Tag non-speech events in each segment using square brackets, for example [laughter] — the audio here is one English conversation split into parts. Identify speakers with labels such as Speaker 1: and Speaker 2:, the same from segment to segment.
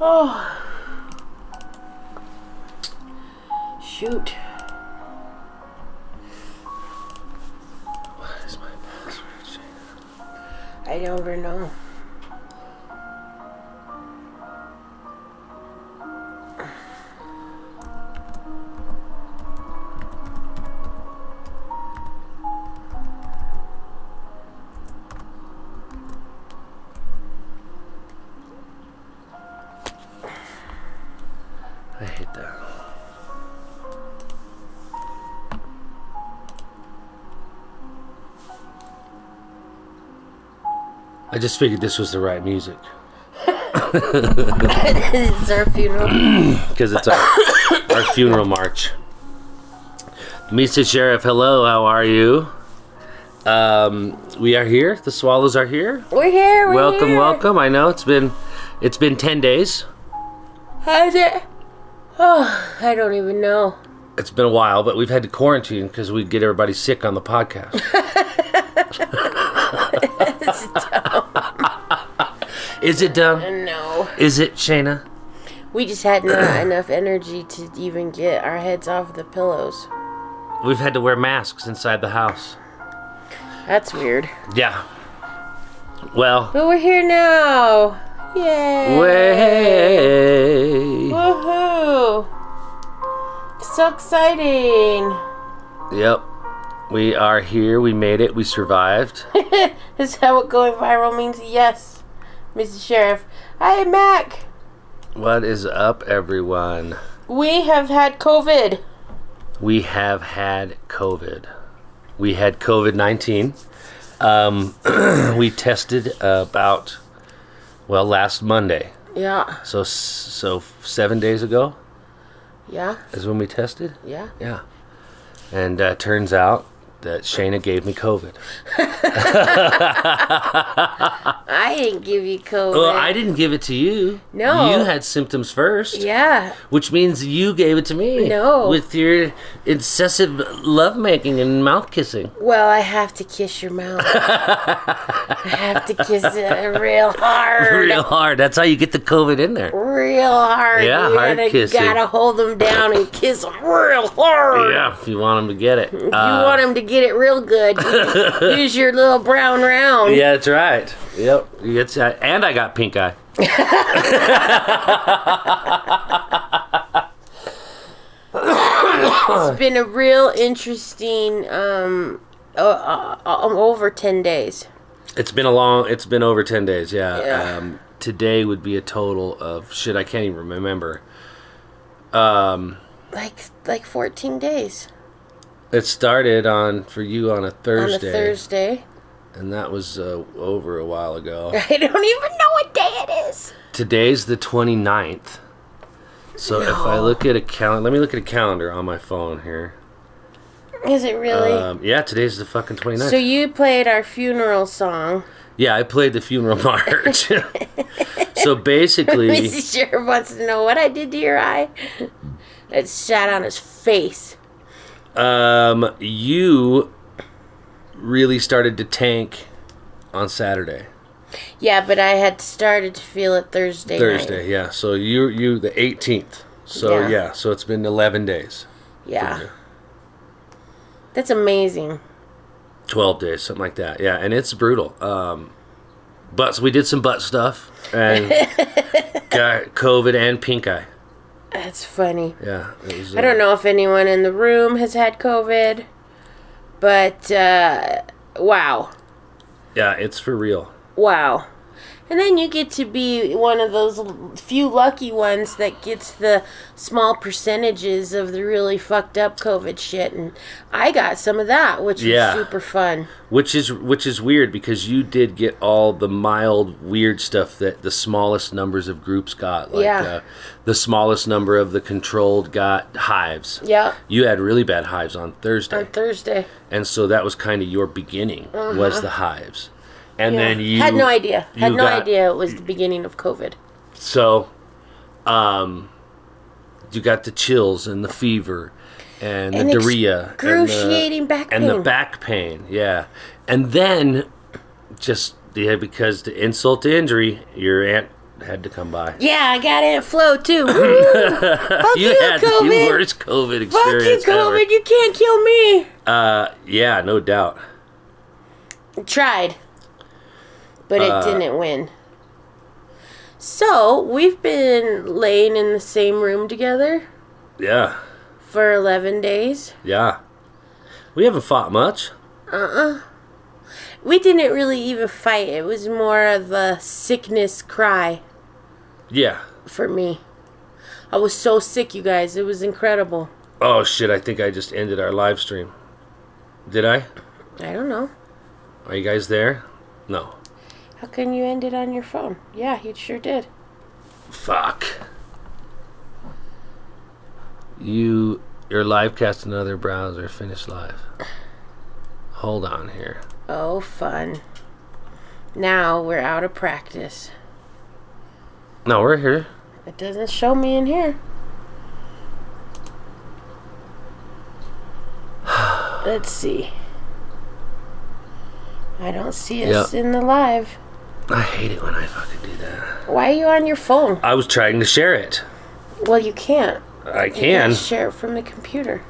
Speaker 1: Oh. [sighs] Shoot.
Speaker 2: What is my password? Shit.
Speaker 1: I don't even know. [laughs]
Speaker 2: I hate that. I just figured this was the right music
Speaker 1: it's our funeral.
Speaker 2: because it's our, our funeral march. Mr. Sheriff, hello, how are you? Um, we are here. The swallows are here.
Speaker 1: We're here. We're
Speaker 2: welcome,
Speaker 1: here.
Speaker 2: welcome. I know it's been it's been ten days.
Speaker 1: How's it? Oh, I don't even know.
Speaker 2: It's been a while, but we've had to quarantine because we get everybody sick on the podcast. Is it dumb?
Speaker 1: No.
Speaker 2: Is it Shayna?
Speaker 1: We just had
Speaker 2: [clears throat]
Speaker 1: not enough energy to even get our heads off the pillows.
Speaker 2: We've had to wear masks inside the house.
Speaker 1: That's weird.
Speaker 2: Yeah. Well,
Speaker 1: But we're here now. Yay.
Speaker 2: way.
Speaker 1: Woohoo. So exciting.
Speaker 2: Yep. We are here. We made it. We survived.
Speaker 1: Is that what going viral means? Yes, Mr. Sheriff. Hi, Mac.
Speaker 2: what is up, everyone?
Speaker 1: We have had COVID.
Speaker 2: We have had COVID. We had COVID 19. Um, [clears throat] we tested about, well, last Monday.
Speaker 1: Yeah.
Speaker 2: So, so seven days ago
Speaker 1: Yeah.
Speaker 2: is when we tested.
Speaker 1: Yeah.
Speaker 2: Yeah. And uh, turns out that Shayna gave me COVID.
Speaker 1: I didn't give you COVID.
Speaker 2: Well, I didn't give it to you.
Speaker 1: No.
Speaker 2: You had symptoms first.
Speaker 1: Yeah.
Speaker 2: Which means you gave it to me.
Speaker 1: No.
Speaker 2: With your incessant lovemaking and mouth kissing.
Speaker 1: Well, I have to kiss your mouth. I have to kiss it real hard.
Speaker 2: [laughs] Real hard. That's how you get the COVID in there.
Speaker 1: Real hard.
Speaker 2: Yeah,
Speaker 1: you
Speaker 2: hard
Speaker 1: gotta,
Speaker 2: kissing.
Speaker 1: Gotta hold them down and kiss them real hard.
Speaker 2: Yeah. If you want them to get it. Uh,
Speaker 1: [laughs]
Speaker 2: You
Speaker 1: You want them to get it real
Speaker 2: [laughs]
Speaker 1: good. Use your little brown round.
Speaker 2: Yeah, that's right. Yep. It's, uh, and I got pink eye.
Speaker 1: It's been a real interesting um uh, uh, uh, over 10 days.
Speaker 2: It's been a long. It's been over ten days. Yeah.
Speaker 1: Yeah.
Speaker 2: Um, today would be a total of shit. I can't even remember.
Speaker 1: Like like 14 days
Speaker 2: It started on for you on a
Speaker 1: on
Speaker 2: Thursday,
Speaker 1: a Thursday. [laughs]
Speaker 2: and that was uh, over a while ago.
Speaker 1: I don't even know what day it is.
Speaker 2: Today's the 29th. So if I look at a calendar, let me look at a calendar on my phone here.
Speaker 1: Is it really?
Speaker 2: Um, yeah, today's the fucking 29th.
Speaker 1: so you played our funeral song.
Speaker 2: yeah, I played the funeral
Speaker 1: [laughs]
Speaker 2: [laughs] march. so basically,
Speaker 1: Mrs. Sheriff wants to know what I did to your eye. It sat on his face.
Speaker 2: um, you really started to tank on Saturday.
Speaker 1: Yeah, but I had started to feel it Thursday.
Speaker 2: Thursday,
Speaker 1: Night.
Speaker 2: yeah. So you you the 18th. So
Speaker 1: Yeah.
Speaker 2: yeah, so it's been 11 days.
Speaker 1: Yeah. That's amazing.
Speaker 2: 12 days, something like that. Yeah, and it's brutal. Um but we did some butt stuff
Speaker 1: [laughs]
Speaker 2: and got COVID and pink eye.
Speaker 1: That's funny.
Speaker 2: Yeah. It was,
Speaker 1: I don't know if anyone in the room has had COVID, but uh, wow,
Speaker 2: uh, Yeah, it's for real.
Speaker 1: wow. And then you get to be one of those l- few lucky ones that gets the small percentages of the really fucked up COVID shit. And I got some of that, which
Speaker 2: Yeah.
Speaker 1: was super fun.
Speaker 2: Which is which is weird because you did get all the mild weird stuff that the smallest numbers of groups got. Like
Speaker 1: Yeah.
Speaker 2: uh, the smallest number of the controlled got hives.
Speaker 1: Yeah.
Speaker 2: You had really bad hives on Thursday.
Speaker 1: On Thursday.
Speaker 2: and so that was kind of your beginning was the hives and then you
Speaker 1: Uh-huh. Had no idea. Had
Speaker 2: you
Speaker 1: no
Speaker 2: got-
Speaker 1: idea it was the beginning of COVID.
Speaker 2: so um you got the chills and the fever and,
Speaker 1: And
Speaker 2: the diarrhea and the-
Speaker 1: excruciating back
Speaker 2: and the
Speaker 1: pain.
Speaker 2: back pain yeah and then just yeah because to insult to injury your aunt had to come by.
Speaker 1: Yeah, I got Aunt Flo
Speaker 2: [laughs]
Speaker 1: too. Woo! Fuck you,
Speaker 2: you had
Speaker 1: COVID.
Speaker 2: the worst COVID
Speaker 1: Fuck you,
Speaker 2: experience
Speaker 1: COVID. You can't kill me.
Speaker 2: ever. Uh, yeah, no doubt.
Speaker 1: Tried, but it didn't win. So we've been laying in the same room together
Speaker 2: Yeah,
Speaker 1: for eleven days.
Speaker 2: yeah. We haven't fought much.
Speaker 1: We didn't really even fight. It was more of a sickness cry
Speaker 2: Yeah.
Speaker 1: for me. I was so sick, you guys. It was incredible.
Speaker 2: Oh shit! I think I just ended our live stream. Did I?
Speaker 1: I don't know.
Speaker 2: Are you guys there? No.
Speaker 1: How can you end it on your phone? Yeah, you sure did.
Speaker 2: Fuck. You your live cast another browser finish live. Hold on here.
Speaker 1: Oh, fun. Now we're out of practice.
Speaker 2: No, we're here.
Speaker 1: It doesn't show me in here. [sighs] Let's see. I don't see us
Speaker 2: Yep.
Speaker 1: in the live.
Speaker 2: I hate it when I fucking do that.
Speaker 1: Why are you on your phone?
Speaker 2: I was trying to share it.
Speaker 1: Well, you can't.
Speaker 2: I
Speaker 1: You gotta
Speaker 2: can.
Speaker 1: share it from the computer.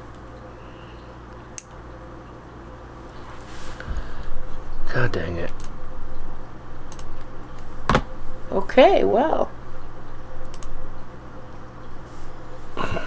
Speaker 2: God dang it.
Speaker 1: Okay, well. Oh,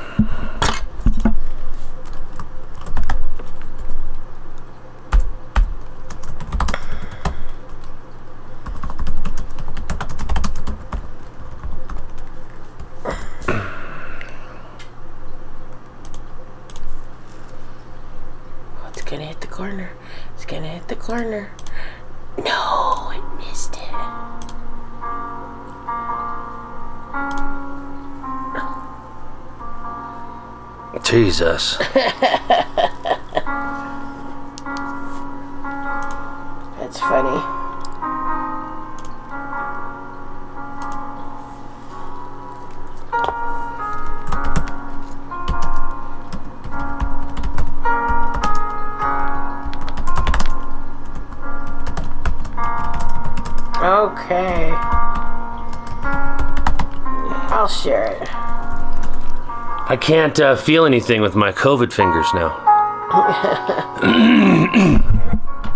Speaker 1: Oh, it's gonna hit the corner. It's gonna hit the corner. No, it missed it.
Speaker 2: Jesus.
Speaker 1: That's funny. Okay. I'll share it.
Speaker 2: I can't uh, feel anything with my COVID fingers now.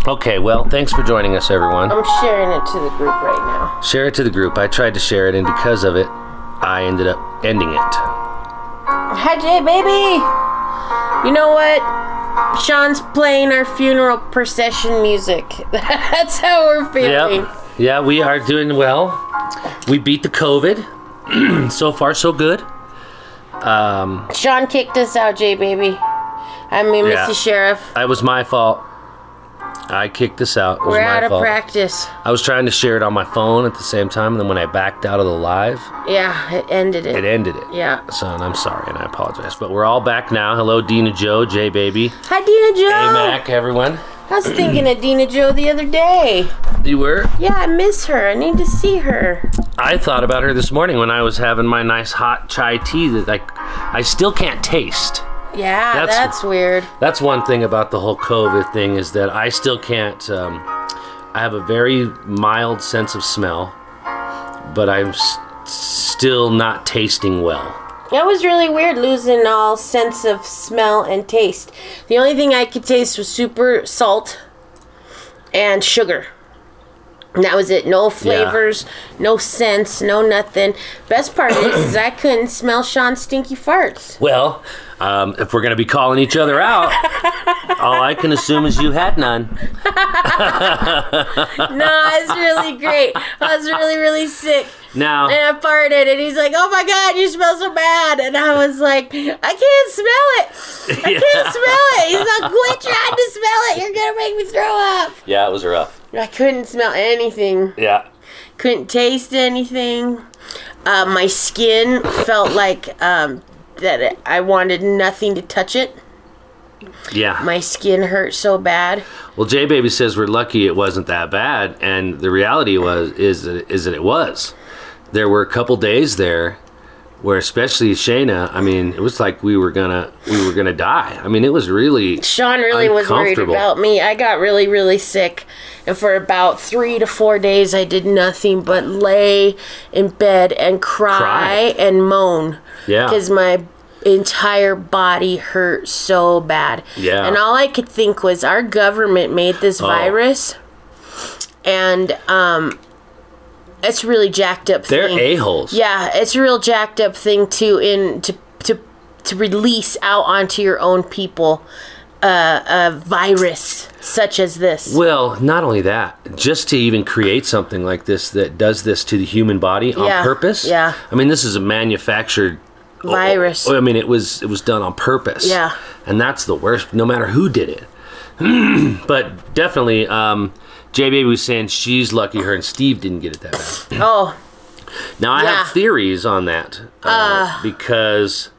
Speaker 2: okay, well, thanks for joining us, everyone.
Speaker 1: I'm sharing it to the group right now.
Speaker 2: Share it to the group. I tried to share it, and because of it, I ended up ending it.
Speaker 1: Hi, Jay, baby! You know what? Sean's playing our funeral procession music. [laughs] That's how we're feeling.
Speaker 2: Yep. Yeah, we are doing well. We beat the COVID. [clears throat] so far, so good. Um,
Speaker 1: Sean kicked us out, Jay, baby. I mean,
Speaker 2: Yeah.
Speaker 1: Mr. Sheriff.
Speaker 2: that was my fault. I kicked this out. It was
Speaker 1: We're
Speaker 2: my
Speaker 1: out of
Speaker 2: fault.
Speaker 1: practice.
Speaker 2: I was trying to share it on my phone at the same time, and then when I backed out of the live,
Speaker 1: Yeah, it ended it.
Speaker 2: it ended it.
Speaker 1: Yeah.
Speaker 2: So, and I'm sorry, and I apologize, but we're all back now. Hello, Dina Joe, J Baby,
Speaker 1: Hi, Dina Joe.
Speaker 2: Hey Mac, everyone.
Speaker 1: I was thinking of Dina Joe the other day.
Speaker 2: You were?
Speaker 1: Yeah, I miss her. I need to see her.
Speaker 2: I thought about her this morning when I was having my nice hot chai tea that I, I still can't taste.
Speaker 1: Yeah, that's,
Speaker 2: That's-
Speaker 1: weird.
Speaker 2: That's one thing about the whole COVID thing is that I still can't. Um, I have a very mild sense of smell, but I'm s- still not tasting well.
Speaker 1: That was really weird losing all sense of smell and taste. The only thing I could taste was super salt and sugar. And that was it. No flavors, no sense, no nothing. Best part is, is I couldn't smell Sean's stinky farts.
Speaker 2: Well, um, if we're going to be calling each other out, [laughs] all I can assume is you had none.
Speaker 1: No, it's really great. I was really, really sick.
Speaker 2: Now,
Speaker 1: And I farted, and he's like, "Oh my god, you smell so bad!" And I was like, "I can't smell it. I can't smell it." He's like, "Quit trying to smell it. You're gonna make me throw up."
Speaker 2: yeah, it was rough.
Speaker 1: I couldn't smell anything.
Speaker 2: Yeah.
Speaker 1: Couldn't taste anything. Uh, my skin felt like um, that. I wanted nothing to touch it.
Speaker 2: Yeah.
Speaker 1: My skin hurt so bad.
Speaker 2: Well, J Baby says we're lucky it wasn't that bad, and the reality was is that, is that it was. There were a couple days there Where especially Shayna, I mean, it was like we were gonna we were gonna die. I mean, it was really
Speaker 1: Sean really was worried
Speaker 2: Uncomfortable.
Speaker 1: about me. I got really, really sick. And for about three to four days, I did nothing but lay in bed and cry,
Speaker 2: Cry.
Speaker 1: and moan.
Speaker 2: Yeah.
Speaker 1: Because my entire body hurt so bad.
Speaker 2: Yeah. Oh.
Speaker 1: And all I could think was our government made this virus. And um, it's really jacked up
Speaker 2: they're
Speaker 1: thing.
Speaker 2: a holes.
Speaker 1: Yeah, it's a real jacked up thing to in to to to release out onto your own people uh, a virus such as this.
Speaker 2: Well, not only that, just to even create something like this that does this to the human body on
Speaker 1: Yeah,
Speaker 2: purpose.
Speaker 1: yeah.
Speaker 2: I mean, this is a manufactured
Speaker 1: Virus.
Speaker 2: Oh, I mean, it was it was done on purpose.
Speaker 1: Yeah.
Speaker 2: And that's the worst, no matter who did it. [clears throat] but definitely, um, J Baby was saying she's lucky her and Steve didn't get it that bad.
Speaker 1: Oh,
Speaker 2: Now I
Speaker 1: Yeah.
Speaker 2: have theories on that uh, because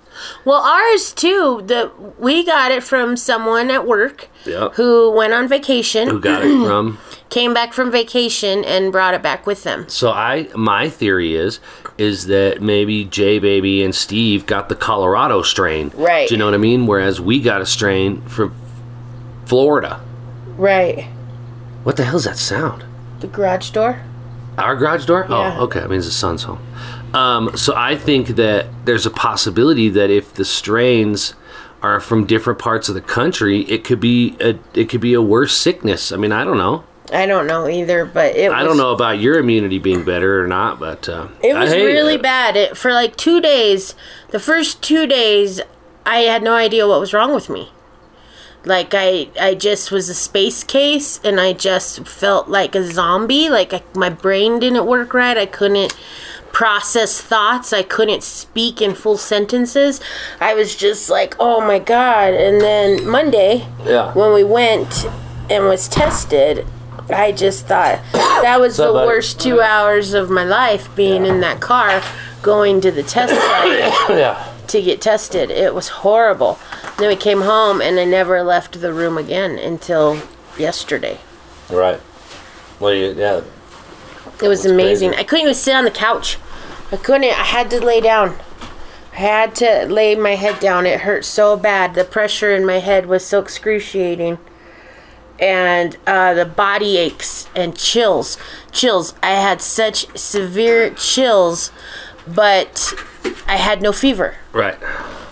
Speaker 1: well, ours too. The we got it from someone at work
Speaker 2: Yeah.
Speaker 1: who went on vacation,
Speaker 2: who
Speaker 1: [clears throat]
Speaker 2: got it from?
Speaker 1: came back from vacation, and brought it back with them.
Speaker 2: So I my theory is is that maybe J Baby and Steve got the Colorado strain.
Speaker 1: Right.
Speaker 2: Do you know what I mean? Whereas we got a strain from Florida.
Speaker 1: Right.
Speaker 2: What the hell's that sound?
Speaker 1: The garage door.
Speaker 2: Our garage door?
Speaker 1: Yeah.
Speaker 2: Oh, okay. That means the son's home. Um, so I think that there's a possibility that if the strains are from different parts of the country, it could be a it could be a worse sickness. I mean, I don't know.
Speaker 1: I don't know either, but it.
Speaker 2: I
Speaker 1: was,
Speaker 2: don't know about your immunity being better or not, but uh,
Speaker 1: It
Speaker 2: I
Speaker 1: was
Speaker 2: hate
Speaker 1: really
Speaker 2: it.
Speaker 1: bad. It, for like two days, the first two days, I had no idea what was wrong with me. Like I, I just was a space case, and I just felt like a zombie. Like I, my brain didn't work right. I couldn't process thoughts. I couldn't speak in full sentences. I was just like, oh my god. And then Monday,
Speaker 2: Yeah.
Speaker 1: when we went and was tested, I just thought that was the
Speaker 2: Somebody-
Speaker 1: worst two hours of my life being in that car going to the test site
Speaker 2: yeah.
Speaker 1: to get tested. It was horrible. Then we came home and I never left the room again until yesterday.
Speaker 2: Right. Well, you, yeah.
Speaker 1: It was amazing.
Speaker 2: crazy.
Speaker 1: I couldn't even sit on the couch. I couldn't. I had to lay down. I had to lay my head down. It hurt so bad. The pressure in my head was so excruciating. And uh, the body aches and chills. Chills. I had such severe chills, but I had no fever
Speaker 2: Right.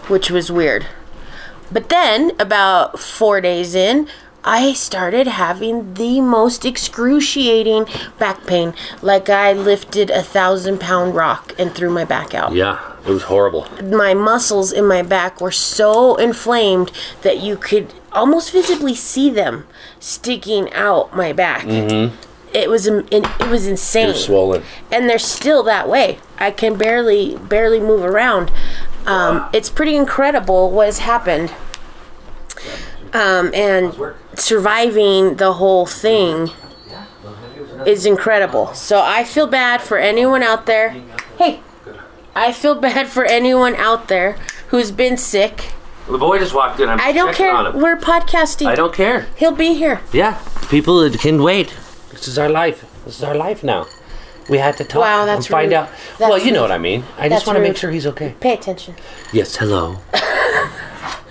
Speaker 1: which was weird. But then, about four days in, I started having the most excruciating back pain, like I lifted a thousand pound rock and threw my back out.
Speaker 2: Yeah. It was horrible.
Speaker 1: My muscles in my back were so inflamed that you could almost visibly see them sticking out my back. It was im- it, it was insane
Speaker 2: Mm-hmm. It was swollen.
Speaker 1: and they're still that way. I can barely barely move around. Um, it's pretty incredible what has happened. Um, and surviving the whole thing is incredible. So I feel bad for anyone out there. Hey, I feel bad for anyone out there who's been sick.
Speaker 2: The boy just walked in. I'm
Speaker 1: I don't
Speaker 2: checking
Speaker 1: care.
Speaker 2: on him.
Speaker 1: We're podcasting.
Speaker 2: I don't care.
Speaker 1: He'll be here.
Speaker 2: Yeah. People can wait. This is our life. This is our life now. We had to talk
Speaker 1: Wow,
Speaker 2: and
Speaker 1: that's
Speaker 2: find
Speaker 1: rude.
Speaker 2: out.
Speaker 1: That's
Speaker 2: well, you know
Speaker 1: rude.
Speaker 2: what I mean. I
Speaker 1: That's
Speaker 2: just want to make
Speaker 1: rude.
Speaker 2: sure he's okay.
Speaker 1: Pay attention.
Speaker 2: Yes.
Speaker 1: [laughs]
Speaker 2: Hello.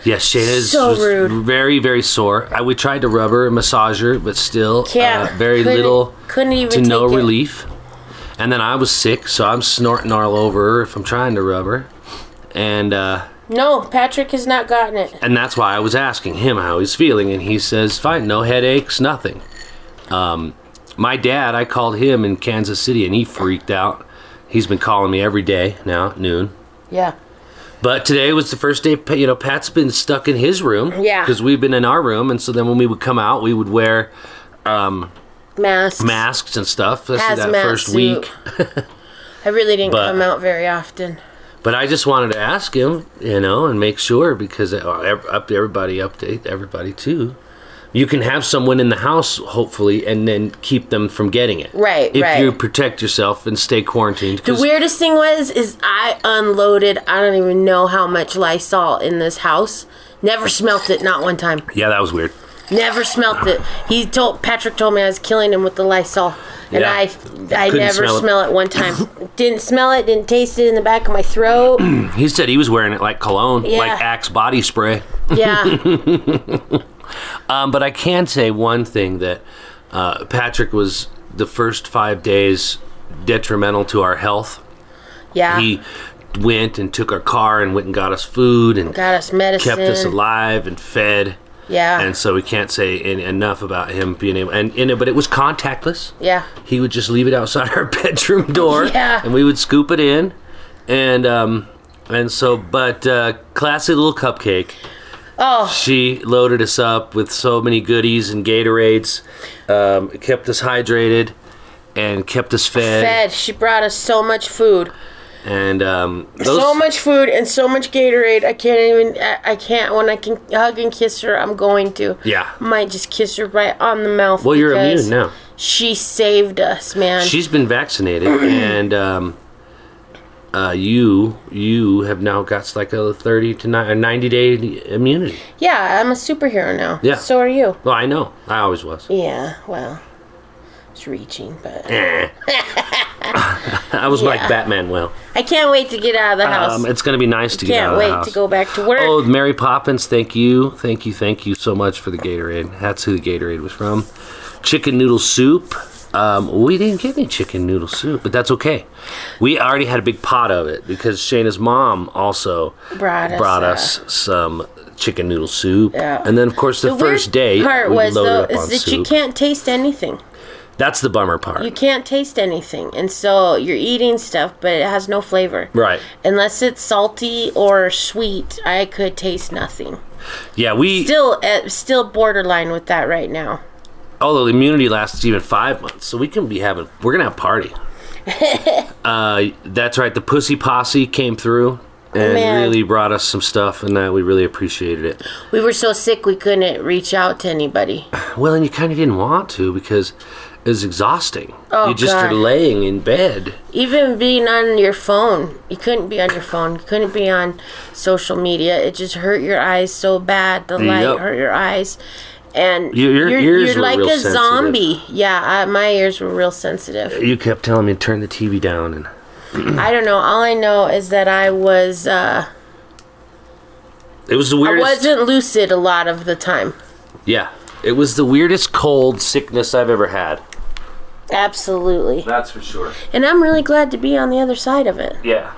Speaker 2: Yes, Shayna is
Speaker 1: So
Speaker 2: was
Speaker 1: rude.
Speaker 2: very, very sore. I, we tried to rub her and massage her, but still,
Speaker 1: Yeah,
Speaker 2: uh, very
Speaker 1: couldn't-
Speaker 2: little
Speaker 1: couldn't even
Speaker 2: to no
Speaker 1: take it.
Speaker 2: relief. And then I was sick, so I'm snorting all over her if I'm trying to rub her. And uh,
Speaker 1: No, Patrick has not gotten it.
Speaker 2: and that's why I was asking him how he's feeling, and he says, "Fine, no headaches, nothing." Um, my dad, I called him in Kansas City, and he freaked out. He's been calling me every day now at noon.
Speaker 1: Yeah.
Speaker 2: But today was the first day. Pa- You know, Pat's been stuck in his room.
Speaker 1: Yeah.
Speaker 2: Because we've been in our room, and so then when we would come out, we would wear
Speaker 1: Masks.
Speaker 2: masks and stuff. This is that
Speaker 1: Hazmat
Speaker 2: first
Speaker 1: suit.
Speaker 2: week.
Speaker 1: I really didn't
Speaker 2: But-
Speaker 1: come out very often.
Speaker 2: But I just wanted to ask him, you know, and make sure because uh, ev- up to everybody update everybody too. You can have someone in the house, hopefully, and then keep them from getting it.
Speaker 1: Right,
Speaker 2: If
Speaker 1: right.
Speaker 2: you protect yourself and stay quarantined.
Speaker 1: The
Speaker 2: 'cause-
Speaker 1: weirdest thing was is I unloaded I don't even know how much Lysol in this house. Never smelt it not one time.
Speaker 2: yeah, that was weird.
Speaker 1: Never smelt it. He told Patrick told me I was killing him with the Lysol, and
Speaker 2: Yeah.
Speaker 1: I I
Speaker 2: Couldn't
Speaker 1: never
Speaker 2: smell it.
Speaker 1: smell it one [laughs] time. didn't smell it. Didn't taste it in the back of my [coughs] throat.
Speaker 2: He said he was wearing it like cologne,
Speaker 1: Yeah.
Speaker 2: like Axe body spray.
Speaker 1: yeah,
Speaker 2: Um, but I can say one thing that uh, Patrick was the first five days detrimental to our health.
Speaker 1: yeah.
Speaker 2: He
Speaker 1: Uh-huh.
Speaker 2: went and took our car and went and got us food and
Speaker 1: Got us medicine.
Speaker 2: kept us alive and fed.
Speaker 1: Yeah.
Speaker 2: And so we can't say any, enough about him being able and, and but it was contactless.
Speaker 1: yeah.
Speaker 2: He would just leave it outside [laughs] our bedroom
Speaker 1: [laughs]
Speaker 2: door,
Speaker 1: Yeah.
Speaker 2: and we would scoop it in, and um, and so but uh, classy little cupcake.
Speaker 1: Oh,
Speaker 2: She loaded us up with so many goodies and Gatorades, um, kept us hydrated, and kept us fed.
Speaker 1: fed. She brought us so much food.
Speaker 2: And um, those,
Speaker 1: so much food and so much Gatorade. I can't even. I, I can't. When I can hug and kiss her, I'm going to.
Speaker 2: Yeah.
Speaker 1: Might just kiss her right on the mouth.
Speaker 2: Well, you're
Speaker 1: because
Speaker 2: immune now.
Speaker 1: She saved us, man.
Speaker 2: She's been
Speaker 1: [clears throat]
Speaker 2: vaccinated, and um, uh, you you have now got like a thirty to ni- a ninety day immunity.
Speaker 1: yeah, I'm a superhero now.
Speaker 2: Yeah.
Speaker 1: So are you.
Speaker 2: Well, I know. I always was.
Speaker 1: [laughs] Yeah. Well, it's reaching, but
Speaker 2: Eh. I was like Batman. Well,
Speaker 1: I can't wait to get out of the house.
Speaker 2: um, it's gonna be nice to get out
Speaker 1: can't
Speaker 2: of the
Speaker 1: wait
Speaker 2: house.
Speaker 1: to go back to work.
Speaker 2: Oh, Mary Poppins, thank you. Thank you, thank you so much for the Gatorade. That's who the Gatorade was from. Chicken noodle soup. Um, we didn't get any chicken noodle soup, but that's okay. We already had a big pot of it because Shayna's mom also
Speaker 1: Brought us,
Speaker 2: us some chicken noodle soup.
Speaker 1: Yeah.
Speaker 2: And then, of course, the,
Speaker 1: The weird
Speaker 2: first day,
Speaker 1: part
Speaker 2: we
Speaker 1: was
Speaker 2: loaded
Speaker 1: though
Speaker 2: up on
Speaker 1: is that you
Speaker 2: soup.
Speaker 1: can't taste anything.
Speaker 2: That's the bummer part.
Speaker 1: You can't taste anything, and so you're eating stuff, but it has no flavor.
Speaker 2: right.
Speaker 1: Unless it's salty or sweet, I could taste nothing.
Speaker 2: Yeah, we,
Speaker 1: Still, uh, still borderline with that right now.
Speaker 2: although the immunity lasts even five months, so we can be having, we're going to have a
Speaker 1: [laughs]
Speaker 2: party. uh, that's right. The Pussy Posse came through and
Speaker 1: Oh, Man.
Speaker 2: really brought us some stuff, and that we really appreciated it.
Speaker 1: We were so sick we couldn't reach out to anybody.
Speaker 2: Well, and you kind of didn't want to because it was exhausting.
Speaker 1: Oh,
Speaker 2: you just
Speaker 1: God.
Speaker 2: are laying in bed.
Speaker 1: Even being on your phone, you couldn't be on your phone. You couldn't be on social media. It just hurt your eyes so bad. The light
Speaker 2: Yep.
Speaker 1: hurt your eyes, and
Speaker 2: Your- your
Speaker 1: you're,
Speaker 2: ears
Speaker 1: you're
Speaker 2: were
Speaker 1: like
Speaker 2: real
Speaker 1: a
Speaker 2: sensitive.
Speaker 1: zombie. Yeah, I, my ears were real sensitive.
Speaker 2: You kept telling me to turn the TV down, and
Speaker 1: I don't know. All I know is that I was uh,
Speaker 2: it was the
Speaker 1: I
Speaker 2: weirdest.
Speaker 1: wasn't lucid a lot of the time.
Speaker 2: Yeah, it was the weirdest cold sickness I've ever had.
Speaker 1: Absolutely.
Speaker 2: That's for sure.
Speaker 1: And I'm really glad to be on the other side of it.
Speaker 2: Yeah.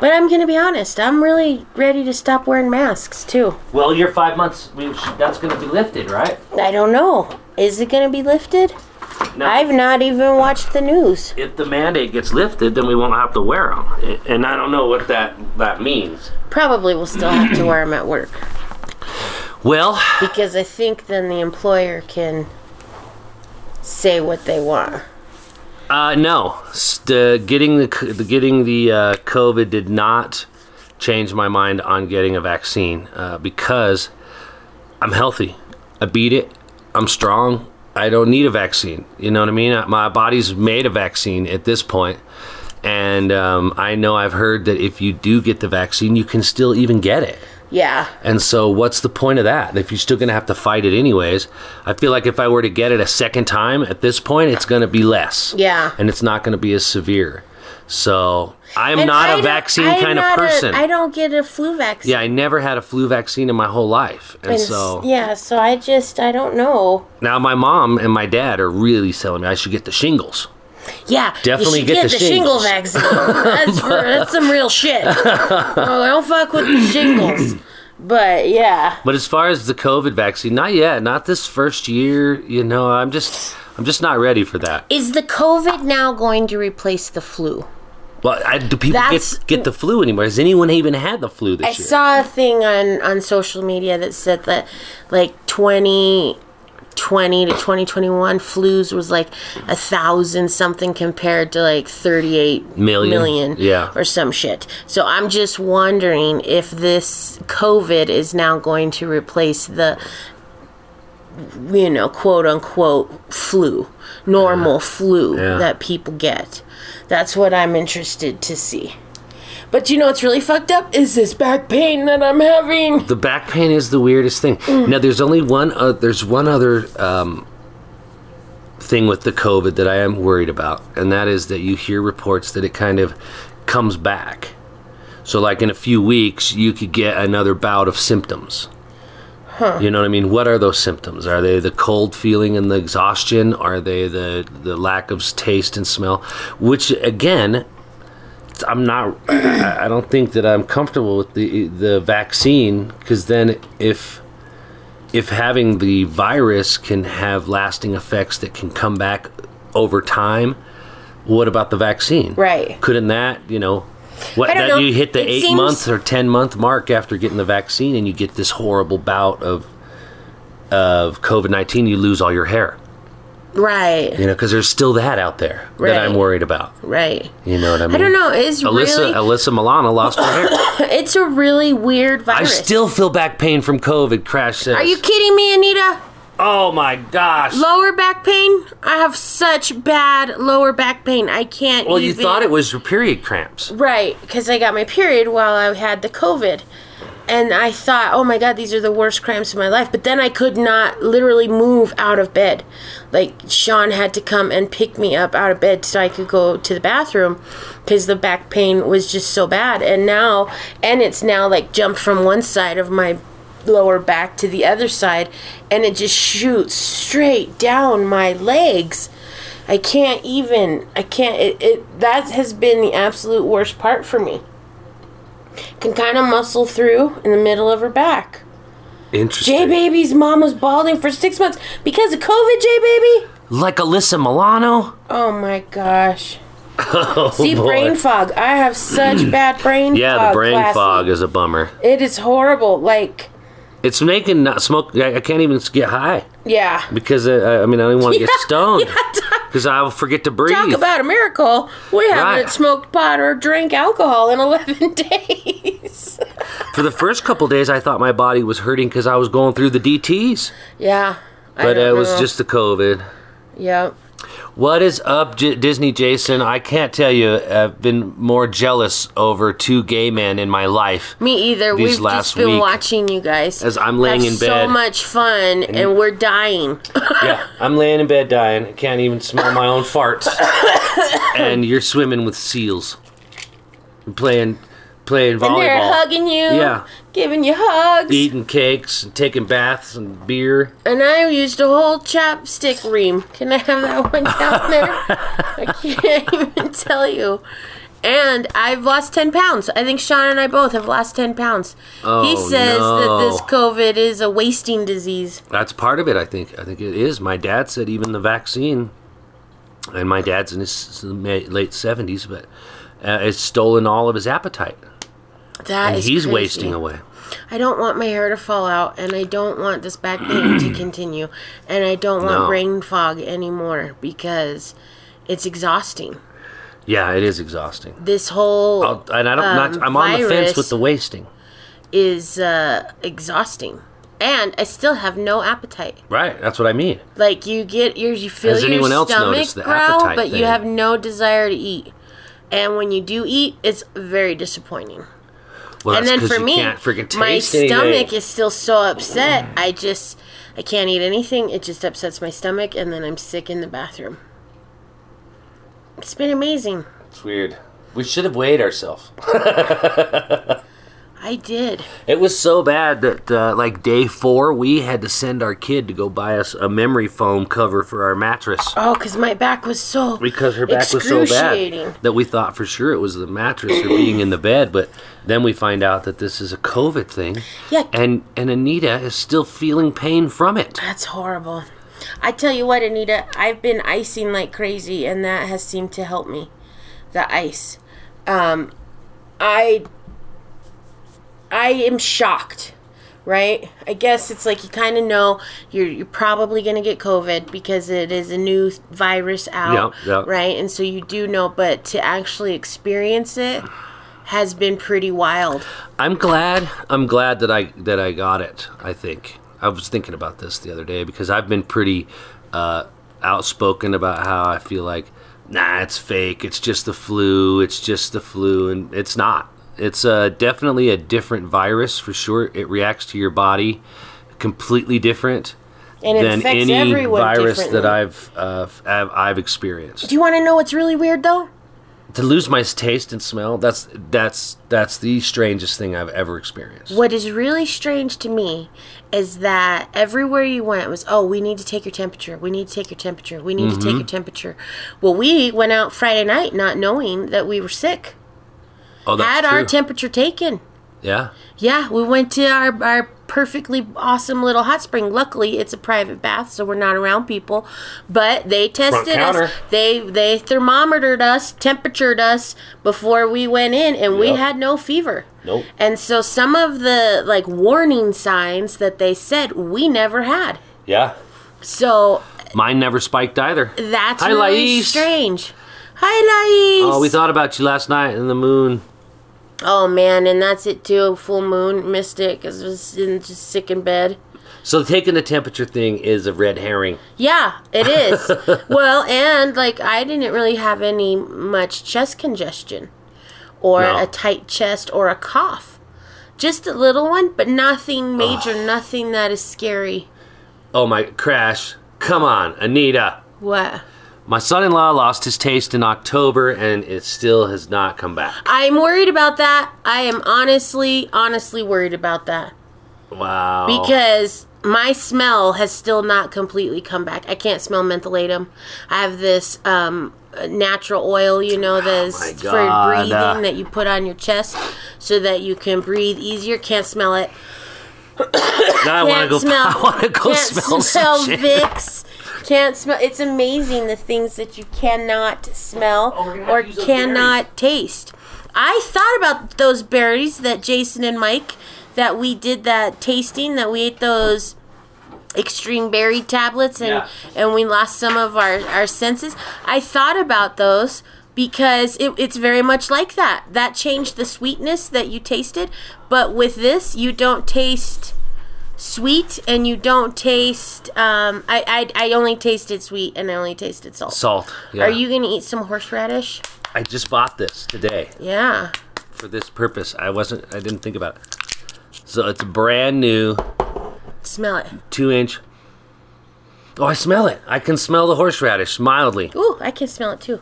Speaker 1: But I'm going to be honest, I'm really ready to stop wearing masks too.
Speaker 2: Well, you're five months. We, that's going to be lifted, right?
Speaker 1: I don't know. Is it going to be lifted?
Speaker 2: No.
Speaker 1: I've not even watched the news.
Speaker 2: if the mandate gets lifted, then we won't have to wear them. And I don't know what that that means.
Speaker 1: Probably will still have to wear them at work
Speaker 2: Well,
Speaker 1: because I think then the employer can say what they want.
Speaker 2: uh, no, S- the getting the c- the getting the uh, COVID did not change my mind on getting a vaccine uh, because I'm healthy. I beat it. I'm strong. I don't need a vaccine. You know what I mean? Uh, My body's made a vaccine at this point. And um, I know I've heard that if you do get the vaccine, you can still even get it.
Speaker 1: Yeah.
Speaker 2: And so, what's the point of that? If you're still going to have to fight it anyways, I feel like if I were to get it a second time at this point, it's going to be less.
Speaker 1: Yeah.
Speaker 2: And it's not going to be as severe. So, I'm
Speaker 1: And
Speaker 2: not
Speaker 1: I
Speaker 2: a
Speaker 1: don't-
Speaker 2: vaccine
Speaker 1: I'm
Speaker 2: kind of
Speaker 1: not a-
Speaker 2: person.
Speaker 1: I don't get a flu vaccine.
Speaker 2: yeah, I never had a flu vaccine in my whole life. And,
Speaker 1: And s-
Speaker 2: so,
Speaker 1: yeah, so I just I don't know.
Speaker 2: now my mom and my dad are really selling me I should get the shingles.
Speaker 1: Yeah, you
Speaker 2: Definitely
Speaker 1: should
Speaker 2: get
Speaker 1: get
Speaker 2: the
Speaker 1: the, shingle
Speaker 2: shingles.
Speaker 1: vaccine. That's, for, that's some real
Speaker 2: [laughs]
Speaker 1: shit. Oh, don't fuck with the shingles. But yeah,
Speaker 2: But as far as the COVID vaccine, not yet. Not this first year. You know, I'm just. I'm just not ready for that.
Speaker 1: is the COVID now going to replace the flu?
Speaker 2: Well, I, do people
Speaker 1: That's-
Speaker 2: get, get the flu anymore? Has anyone even had the flu this
Speaker 1: I
Speaker 2: year?
Speaker 1: saw a thing on on social media that said that like 2020 to 2021 flus was like a thousand something compared to like 38
Speaker 2: Million.
Speaker 1: million
Speaker 2: Yeah.
Speaker 1: or some shit so i'm just wondering if this covid is now going to replace the you know quote unquote flu normal flu
Speaker 2: Yeah.
Speaker 1: that people get that's what i'm interested to see But you know what's really fucked up is this back pain that I'm having.
Speaker 2: The back pain is the weirdest thing.
Speaker 1: Mm.
Speaker 2: Now, there's only one. Uh, there's one other um, thing with the COVID that I am worried about, and that is that you hear reports that it kind of comes back. So, like in a few weeks, you could get another bout of symptoms. You know what I mean? What are those symptoms? Are they the cold feeling and the exhaustion? Are they the the lack of s- taste and smell? Which again, I'm not. I I don't think that I'm comfortable with the the vaccine because then if if having the virus can have lasting effects that can come back over time, what about the vaccine?
Speaker 1: Right.
Speaker 2: Couldn't that you know? What,
Speaker 1: I don't
Speaker 2: that
Speaker 1: know.
Speaker 2: you hit the
Speaker 1: It
Speaker 2: eight
Speaker 1: seems-
Speaker 2: month or ten month mark after getting the vaccine, and you get this horrible bout of of COVID nineteen. You lose all your hair,
Speaker 1: Right.
Speaker 2: you know, because there's still that out there
Speaker 1: Right.
Speaker 2: that I'm worrid about.
Speaker 1: Right.
Speaker 2: You know what I mean?
Speaker 1: I don't know. It's
Speaker 2: Alyssa
Speaker 1: really
Speaker 2: Alyssa Milano lost her
Speaker 1: [coughs]
Speaker 2: hair.
Speaker 1: it's a really weird
Speaker 2: I
Speaker 1: virus.
Speaker 2: still feel back pain from COVID. Crash says.
Speaker 1: Are you kidding me, Anita?
Speaker 2: Oh my gosh.
Speaker 1: Lower back pain? I have such bad lower back pain. I can't.
Speaker 2: well, you
Speaker 1: even-
Speaker 2: thought it was your period cramps.
Speaker 1: Right, because I got my period while I had the COVID. And I thought, oh my God, these are the worst cramps of my life. But then I could not literally move out of bed. Like, Sean had to come and pick me up out of bed so I could go to the bathroom because the back pain was just so bad. And now, and it's now like jumped from one side of my lower back to the other side and it just shoots straight down my legs. I can't even. I can't. It, it that has been the absolute worst part for me. Can kind of muscle through in the middle of her back.
Speaker 2: Interesting.
Speaker 1: J baby's mom was balding for six months because of COVID. J baby.
Speaker 2: Like Alyssa Milano?
Speaker 1: Oh my gosh.
Speaker 2: Oh,
Speaker 1: [laughs] See
Speaker 2: boy.
Speaker 1: brain fog. I have
Speaker 2: [clears throat]
Speaker 1: such bad brain.
Speaker 2: Yeah,
Speaker 1: fog,
Speaker 2: the brain
Speaker 1: classy.
Speaker 2: fog is a bummer.
Speaker 1: It is horrible. Like
Speaker 2: It's making not smoke. I, I can't even get high
Speaker 1: yeah.
Speaker 2: because uh, I mean I don't
Speaker 1: [laughs]
Speaker 2: want to
Speaker 1: Yeah,
Speaker 2: get stoned
Speaker 1: yeah, talk-
Speaker 2: because I'll forget to breathe.
Speaker 1: Talk about a miracle. We haven't
Speaker 2: Right.
Speaker 1: smoked pot or drank alcohol in eleven [laughs] days.
Speaker 2: For the first couple days, I thought my body was hurting because I was going through the DTS,
Speaker 1: yeah. I
Speaker 2: but
Speaker 1: don't
Speaker 2: it was
Speaker 1: know.
Speaker 2: just the COVID.
Speaker 1: yeah.
Speaker 2: What is up, J- Disney Jason? I can't tell you. I've been more jealous over two gay men in
Speaker 1: [laughs]
Speaker 2: my life.
Speaker 1: Me either.
Speaker 2: these
Speaker 1: We've
Speaker 2: last
Speaker 1: just been
Speaker 2: week
Speaker 1: watching you guys.
Speaker 2: as I'm laying
Speaker 1: have
Speaker 2: in
Speaker 1: so
Speaker 2: bed.
Speaker 1: much fun, and, we're dying. [laughs]
Speaker 2: yeah, I'm laying in bed dying. I can't even smell my
Speaker 1: [coughs]
Speaker 2: own farts. and you're swimming with seals, and playing, playing volleyball,
Speaker 1: They're hugging you,
Speaker 2: Yeah.
Speaker 1: giving you hugs.
Speaker 2: eating cakes, and taking baths and beer.
Speaker 1: And I used a whole chapstick ream. Can I have that one down there?
Speaker 2: [laughs]
Speaker 1: I can't even tell you. And I've lost 10 pounds. I think Sean and I both have lost 10 pounds. he
Speaker 2: Oh,
Speaker 1: says
Speaker 2: no.
Speaker 1: that this COVID is a wasting disease.
Speaker 2: That's part of it. I think. I think it is. My dad said even the vaccine, and my dad's in his ma- late seventies, but uh, it's stolen all of his appetite,
Speaker 1: That
Speaker 2: and
Speaker 1: is
Speaker 2: he's
Speaker 1: crazy.
Speaker 2: wasting away.
Speaker 1: I don't want my hair to fall out, and I don't want this back pain
Speaker 2: [clears throat]
Speaker 1: to continue, and I don't want
Speaker 2: No.
Speaker 1: brain fog anymore because it's exhausting.
Speaker 2: Yeah, it is exhausting.
Speaker 1: This whole
Speaker 2: I'll, and I don't. not,
Speaker 1: um,
Speaker 2: I'm on the fence
Speaker 1: virus
Speaker 2: with the wasting.
Speaker 1: is uh, exhausting, and I still have no appetite.
Speaker 2: Right. That's what I mean.
Speaker 1: Like you get your, you feel
Speaker 2: Has
Speaker 1: your
Speaker 2: anyone else
Speaker 1: stomach
Speaker 2: noticed the
Speaker 1: growl,
Speaker 2: appetite
Speaker 1: but you
Speaker 2: thing?
Speaker 1: have no desire to eat. And when you do eat, it's very disappointing.
Speaker 2: Well,
Speaker 1: and
Speaker 2: that's
Speaker 1: then
Speaker 2: 'cause
Speaker 1: for
Speaker 2: you
Speaker 1: me,
Speaker 2: can't freaking taste Mm.
Speaker 1: my
Speaker 2: anything.
Speaker 1: stomach is still so upset. I just, I can't eat anything. It just upsets my stomach, and then I'm sick in the bathroom. It's been amazing.
Speaker 2: It's weird. We should have weighed ourselves.
Speaker 1: I did.
Speaker 2: It was so bad that, uh, like, day four, we had to send our kid to go buy us a memory foam cover for our mattress.
Speaker 1: Oh, because my back was so
Speaker 2: Because her back was so
Speaker 1: Oh, excruciating.
Speaker 2: bad that we thought for sure it was the mattress or being in the bed, but then we find out that this is a COVID thing.
Speaker 1: Yeah.
Speaker 2: And and Anita is still feeling pain from it.
Speaker 1: That's horrible. I tell you what, Anita, I've been icing like crazy, and that has seemed to help me. The ice. Um, I I am shocked, right? I guess it's like you kind of know you're you're probably gonna get COVID because it is a new th- virus out,
Speaker 2: Yeah, yeah.
Speaker 1: right? And so you do know, but to actually experience it has been pretty wild.
Speaker 2: I'm glad. I'm glad that I that I got it. I think I was thinking about this the other day because I've been pretty uh, outspoken about how I feel like, nah, it's fake. It's just the flu. It's just the flu, and it's not. It's uh, definitely a different virus for sure. It reacts to your body completely different
Speaker 1: And it
Speaker 2: than
Speaker 1: affects
Speaker 2: any
Speaker 1: everyone
Speaker 2: virus that
Speaker 1: differently.
Speaker 2: I've uh, f- I've, I've experienced.
Speaker 1: Do you want to know what's really weird though?
Speaker 2: to lose my taste and smell that's that's that's the strangest thing i've ever experienced
Speaker 1: What is really strange to me is that everywhere you went was, oh, we need to take your temperature. We need to take your temperature. We need to
Speaker 2: Mm-hmm.
Speaker 1: take your temperature. Well, we went out Friday night not knowing that we were sick.
Speaker 2: oh that's
Speaker 1: Had
Speaker 2: true.
Speaker 1: our temperature taken.
Speaker 2: yeah
Speaker 1: Yeah, we went to our, our perfectly awesome little hot spring. Luckily, it's a private bath, so we're not around people. But they tested
Speaker 2: counter.
Speaker 1: us. They they thermometered us, temperatured us before we went in, and we
Speaker 2: Yep.
Speaker 1: had no fever.
Speaker 2: Nope.
Speaker 1: And so some of the like warning signs that they said we never had.
Speaker 2: yeah
Speaker 1: So
Speaker 2: mine never spiked either
Speaker 1: that's
Speaker 2: Hi,
Speaker 1: really
Speaker 2: Lais.
Speaker 1: strange. Hi, Lais.
Speaker 2: oh we thought about you last night in the moon
Speaker 1: oh man, and that's it too. Full moon, missed it because was in, just sick in bed.
Speaker 2: so taking the temperature thing is a red herring
Speaker 1: Yeah, it
Speaker 2: [laughs]
Speaker 1: is. well, and like I didn't really have any much chest congestion or
Speaker 2: No.
Speaker 1: a tight chest or a cough. Just a little one, but nothing major, nothing that is scary.
Speaker 2: oh my crash come on anita
Speaker 1: What?
Speaker 2: my son-in-law lost his taste in october and it still has not come back
Speaker 1: I'm worried about that. I am honestly, honestly worried about that
Speaker 2: wow
Speaker 1: because my smell has still not completely come back. I can't smell mentholatum. I have this um, natural oil, you know,
Speaker 2: Oh my
Speaker 1: that's for
Speaker 2: God,
Speaker 1: breathing
Speaker 2: uh.
Speaker 1: that you put on your chest so that you can breathe easier. Can't smell it.
Speaker 2: now i want to
Speaker 1: Can't
Speaker 2: go [laughs]
Speaker 1: smell.
Speaker 2: i want to go
Speaker 1: can't
Speaker 2: smell,
Speaker 1: smell
Speaker 2: some shit.
Speaker 1: Vicks. Can't smell. It's amazing the things that you cannot smell
Speaker 2: Oh, we're gonna have
Speaker 1: or
Speaker 2: to use those
Speaker 1: cannot taste. I thought about those berries that Jason and Mike that we did that tasting that we ate those extreme berry tablets and
Speaker 2: Yeah.
Speaker 1: and we lost some of our our senses. I thought about those because it, it's very much like that. That changed the sweetness that you tasted, but with this you don't taste sweet and you don't taste. Um, I, I I only tasted sweet and I only tasted salt.
Speaker 2: salt yeah
Speaker 1: Are you gonna eat some horseradish?
Speaker 2: i just bought this today
Speaker 1: Yeah.
Speaker 2: for this purpose. I wasn't. I didn't think about it. So it's brand new,
Speaker 1: Smell it.
Speaker 2: two inch. Oh, I smell it. I can smell the horseradish mildly.
Speaker 1: Ooh, I can smell it too.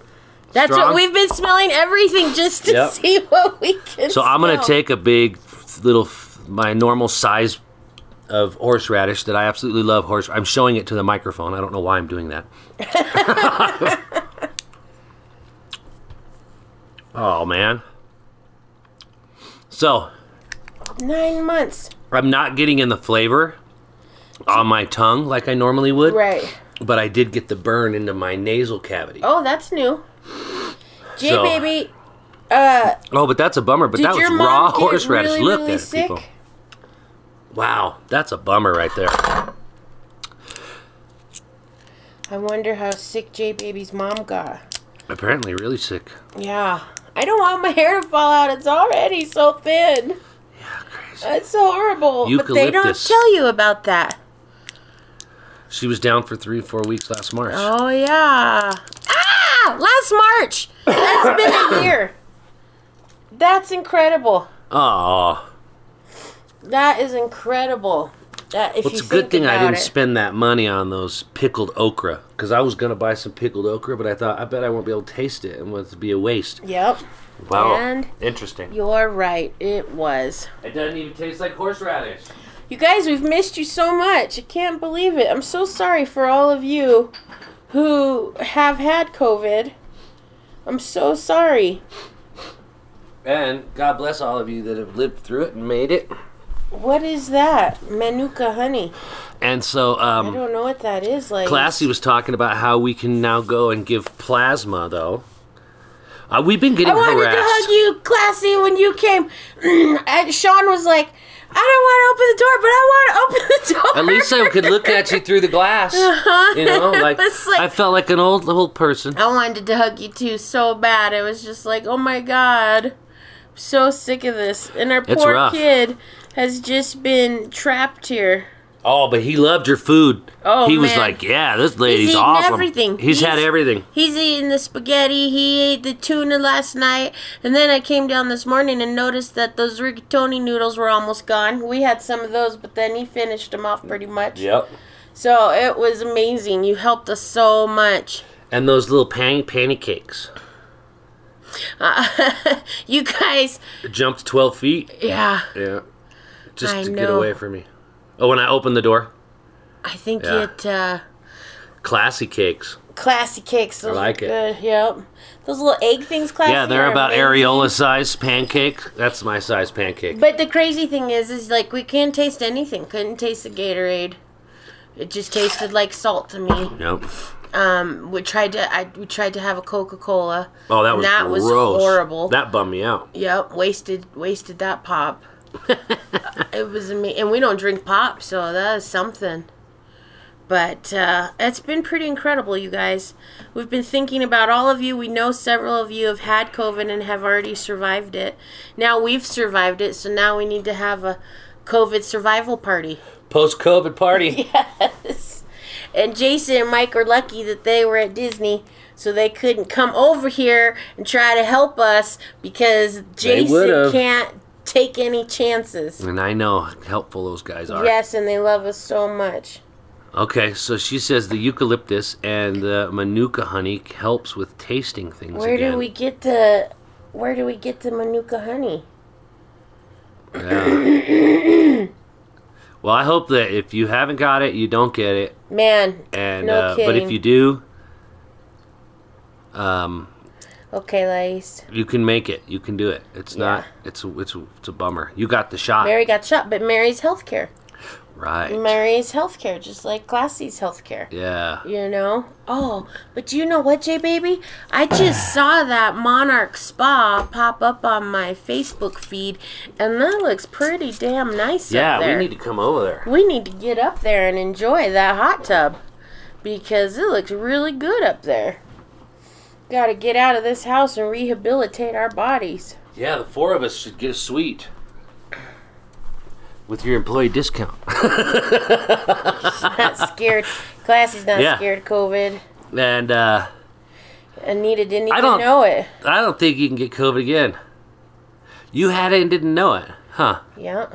Speaker 1: That's what
Speaker 2: Strong?
Speaker 1: we've been smelling everything just to
Speaker 2: Yep.
Speaker 1: see what we can.
Speaker 2: So I'm gonna
Speaker 1: smell.
Speaker 2: take a big little my normal size of horseradish that I absolutely love. Horse. I'm showing it to the microphone. I don't know why I'm doing
Speaker 1: [laughs]
Speaker 2: that. oh man. So
Speaker 1: nine months.
Speaker 2: I'm not getting in the flavor on my tongue like I normally would.
Speaker 1: Right.
Speaker 2: but I did get the burn into my nasal cavity. Oh,
Speaker 1: Oh, that's new. J
Speaker 2: So-
Speaker 1: baby, uh,
Speaker 2: Oh, but that's a bummer. But
Speaker 1: did
Speaker 2: that was
Speaker 1: your mom
Speaker 2: raw
Speaker 1: get
Speaker 2: horseradish.
Speaker 1: really,
Speaker 2: Look
Speaker 1: really
Speaker 2: at it,
Speaker 1: sick?
Speaker 2: people. Wow, that's a bummer right there.
Speaker 1: I wonder how sick J baby's mom got.
Speaker 2: Apparently, really sick.
Speaker 1: Yeah, I don't want my [laughs] hair to fall out. It's already so thin.
Speaker 2: Crazy.
Speaker 1: It's so horrible. But they don't
Speaker 2: Eucalyptus.
Speaker 1: tell you about that.
Speaker 2: She was down for three, four weeks last March.
Speaker 1: Oh yeah. Ah! Last March. That's been
Speaker 2: [coughs]
Speaker 1: a year. That's incredible.
Speaker 2: Oh,
Speaker 1: That is incredible. That if
Speaker 2: well, it's
Speaker 1: you
Speaker 2: a
Speaker 1: think
Speaker 2: good thing I
Speaker 1: about
Speaker 2: didn't
Speaker 1: it.
Speaker 2: spend that money on those pickled okra because I was gonna buy some pickled okra, but I thought I bet I won't be able to taste it and it'd be a waste.
Speaker 1: Yep.
Speaker 2: Wow,
Speaker 1: And-
Speaker 2: interesting.
Speaker 1: You're right. It was.
Speaker 2: It doesn't even taste like horseradish.
Speaker 1: You guys, we've missed you so much. I can't believe it. I'm so sorry for all of you who have had COVID. I'm so sorry.
Speaker 2: And God bless all of you that have lived through it and made it.
Speaker 1: What is that? Manuka honey.
Speaker 2: And so, um,
Speaker 1: I don't know what that is like.
Speaker 2: Classy was talking about how we can now go and give plasma, though. Uh, we've been getting
Speaker 1: I wanted
Speaker 2: harassed.
Speaker 1: to hug you, Classy, when you came. [clears throat] and Sean was like, I don't want to open the door, but I want to open the door.
Speaker 2: At least I could look at you through the glass.
Speaker 1: [laughs] Uh-huh. [laughs]
Speaker 2: You know, like,
Speaker 1: It's like-
Speaker 2: I felt like an old old person.
Speaker 1: I wanted to hug you too so bad. It was just like, oh my god, I'm so sick of this. And our
Speaker 2: It's
Speaker 1: poor
Speaker 2: rough.
Speaker 1: kid has just been trapped here.
Speaker 2: Oh, but he loved your food.
Speaker 1: Oh,
Speaker 2: he was
Speaker 1: man.
Speaker 2: like, yeah, this lady's
Speaker 1: he's eaten
Speaker 2: awesome.
Speaker 1: everything.
Speaker 2: He's, had everything.
Speaker 1: He's eating the spaghetti. He ate the tuna last night, and then I came down this morning and noticed that those rigatoni noodles were almost gone. We had some of those, but then he finished them off pretty much.
Speaker 2: Yep.
Speaker 1: So it was amazing. You helped us so much. [laughs]
Speaker 2: And those little pan- pancakes
Speaker 1: You guys,
Speaker 2: jumped twelve feet.
Speaker 1: yeah.
Speaker 2: Yeah. Just
Speaker 1: I
Speaker 2: to get
Speaker 1: know.
Speaker 2: away from me. Oh, when I opened the door,
Speaker 1: I think
Speaker 2: Yeah.
Speaker 1: it. Uh,
Speaker 2: classy cakes.
Speaker 1: classy cakes. Those
Speaker 2: like
Speaker 1: are
Speaker 2: it.
Speaker 1: good. Yep. Those little egg things. Classy.
Speaker 2: Yeah, they're
Speaker 1: are
Speaker 2: about
Speaker 1: amazing.
Speaker 2: areola size pancake. That's my size pancake.
Speaker 1: But the crazy thing is, is like we can't taste anything. Couldn't taste the Gatorade. It just tasted like salt to me.
Speaker 2: Yep.
Speaker 1: Um, we tried to, I we tried to have a Coca Cola.
Speaker 2: Oh, that was
Speaker 1: that
Speaker 2: gross.
Speaker 1: was horrible.
Speaker 2: That bummed me out.
Speaker 1: Yep, wasted wasted that pop. it was amazing, and we don't drink pop, so that is something. But uh, it's been pretty incredible, you guys. We've been thinking about all of you. We know several of you have had COVID and have already survived it. Now we've survived it, so now we need to have a COVID survival party.
Speaker 2: Post COVID party.
Speaker 1: [laughs] And Jason and Mike are lucky that they were at Disney, so they couldn't come over here and try to help us because Jason
Speaker 2: would've.
Speaker 1: can't take any chances.
Speaker 2: And I know how helpful those guys are.
Speaker 1: Yes, and they love us so much.
Speaker 2: Okay, so she says the eucalyptus and the manuka honey helps with tasting things
Speaker 1: Where
Speaker 2: again.
Speaker 1: do we get the where do we get the manuka honey? [coughs]
Speaker 2: Well, I hope that if you haven't got it, you don't get it.
Speaker 1: Man,
Speaker 2: And
Speaker 1: No
Speaker 2: uh, but if
Speaker 1: kidding.
Speaker 2: you do,
Speaker 1: okay, Lais.
Speaker 2: you can make it. You can do it. It's not. It's a, it's a, it's a bummer. You got the shot.
Speaker 1: Mary got shot, but Mary's healthcare.
Speaker 2: right.
Speaker 1: Mary's healthcare, just like Classy's healthcare.
Speaker 2: yeah.
Speaker 1: You know? Oh, but do you know what, Jay Baby? I
Speaker 2: [sighs]
Speaker 1: just saw that Monarch Spa pop up on my Facebook feed, and that looks pretty damn nice
Speaker 2: Yeah.
Speaker 1: up there.
Speaker 2: We need to come over there.
Speaker 1: we need to get up there and enjoy that hot tub because it looks really good up there. Gotta get out of this house and rehabilitate our
Speaker 2: [laughs]
Speaker 1: bodies.
Speaker 2: Yeah, the four of us should get a suite with your employee discount. [laughs]
Speaker 1: Not scared. Classy's not
Speaker 2: Yeah.
Speaker 1: scared of COVID.
Speaker 2: and uh,
Speaker 1: Anita didn't even
Speaker 2: don't-
Speaker 1: know it.
Speaker 2: I don't think you can get COVID again. You had it and didn't know it, huh?
Speaker 1: Yeah.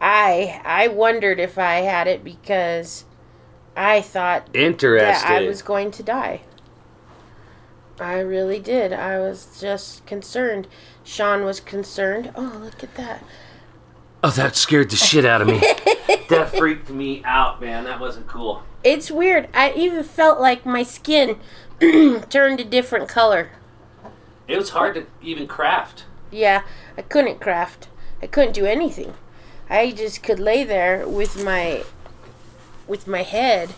Speaker 1: I I wondered if I had it because I thought that
Speaker 2: Interesting.
Speaker 1: I was going to die. I really did. I was just concerned. Sean was concerned. Oh, look at that.
Speaker 2: Oh, that scared the shit out
Speaker 1: [laughs]
Speaker 2: of me. that freaked me out, man. That wasn't cool.
Speaker 1: It's weird. I even felt like my skin [clears throat] turned a different color.
Speaker 2: It was hard to even craft.
Speaker 1: Yeah, I couldn't craft. I couldn't do anything. I just could lay there with my with my head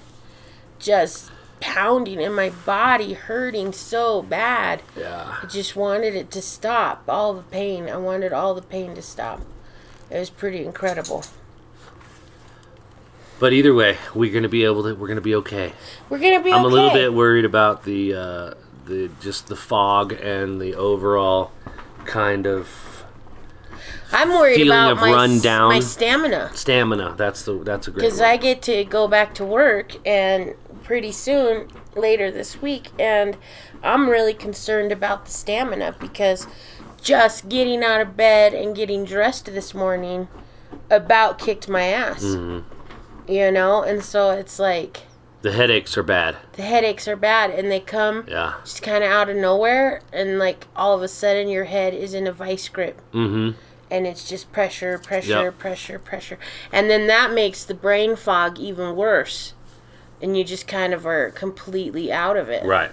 Speaker 1: just pounding and my body hurting so bad.
Speaker 2: Yeah.
Speaker 1: I just wanted it to stop. All the pain. I wanted all the pain to stop. It was pretty incredible.
Speaker 2: But either way, we're gonna be able to. We're gonna be okay.
Speaker 1: We're gonna be
Speaker 2: I'm a
Speaker 1: okay.
Speaker 2: little bit worried about the uh, the just the fog and the overall kind of
Speaker 1: I'm worried
Speaker 2: feeling
Speaker 1: about
Speaker 2: of
Speaker 1: my, s-
Speaker 2: rundown.
Speaker 1: my stamina.
Speaker 2: stamina. That's the that's a great.
Speaker 1: because
Speaker 2: Word.
Speaker 1: I get to go back to work and pretty soon later this week, and I'm really concerned about the stamina because just getting out of bed and getting dressed this morning about kicked my ass, you know, and so it's like
Speaker 2: the headaches are bad.
Speaker 1: the headaches are bad and they come
Speaker 2: Yeah.
Speaker 1: just kind of out of nowhere, and like all of a sudden your head is in a vice grip
Speaker 2: Mm-hmm.
Speaker 1: and it's just pressure, pressure,
Speaker 2: Yep.
Speaker 1: pressure, pressure. And then that makes the brain fog even worse. And you just kind of are completely out of it.
Speaker 2: Right.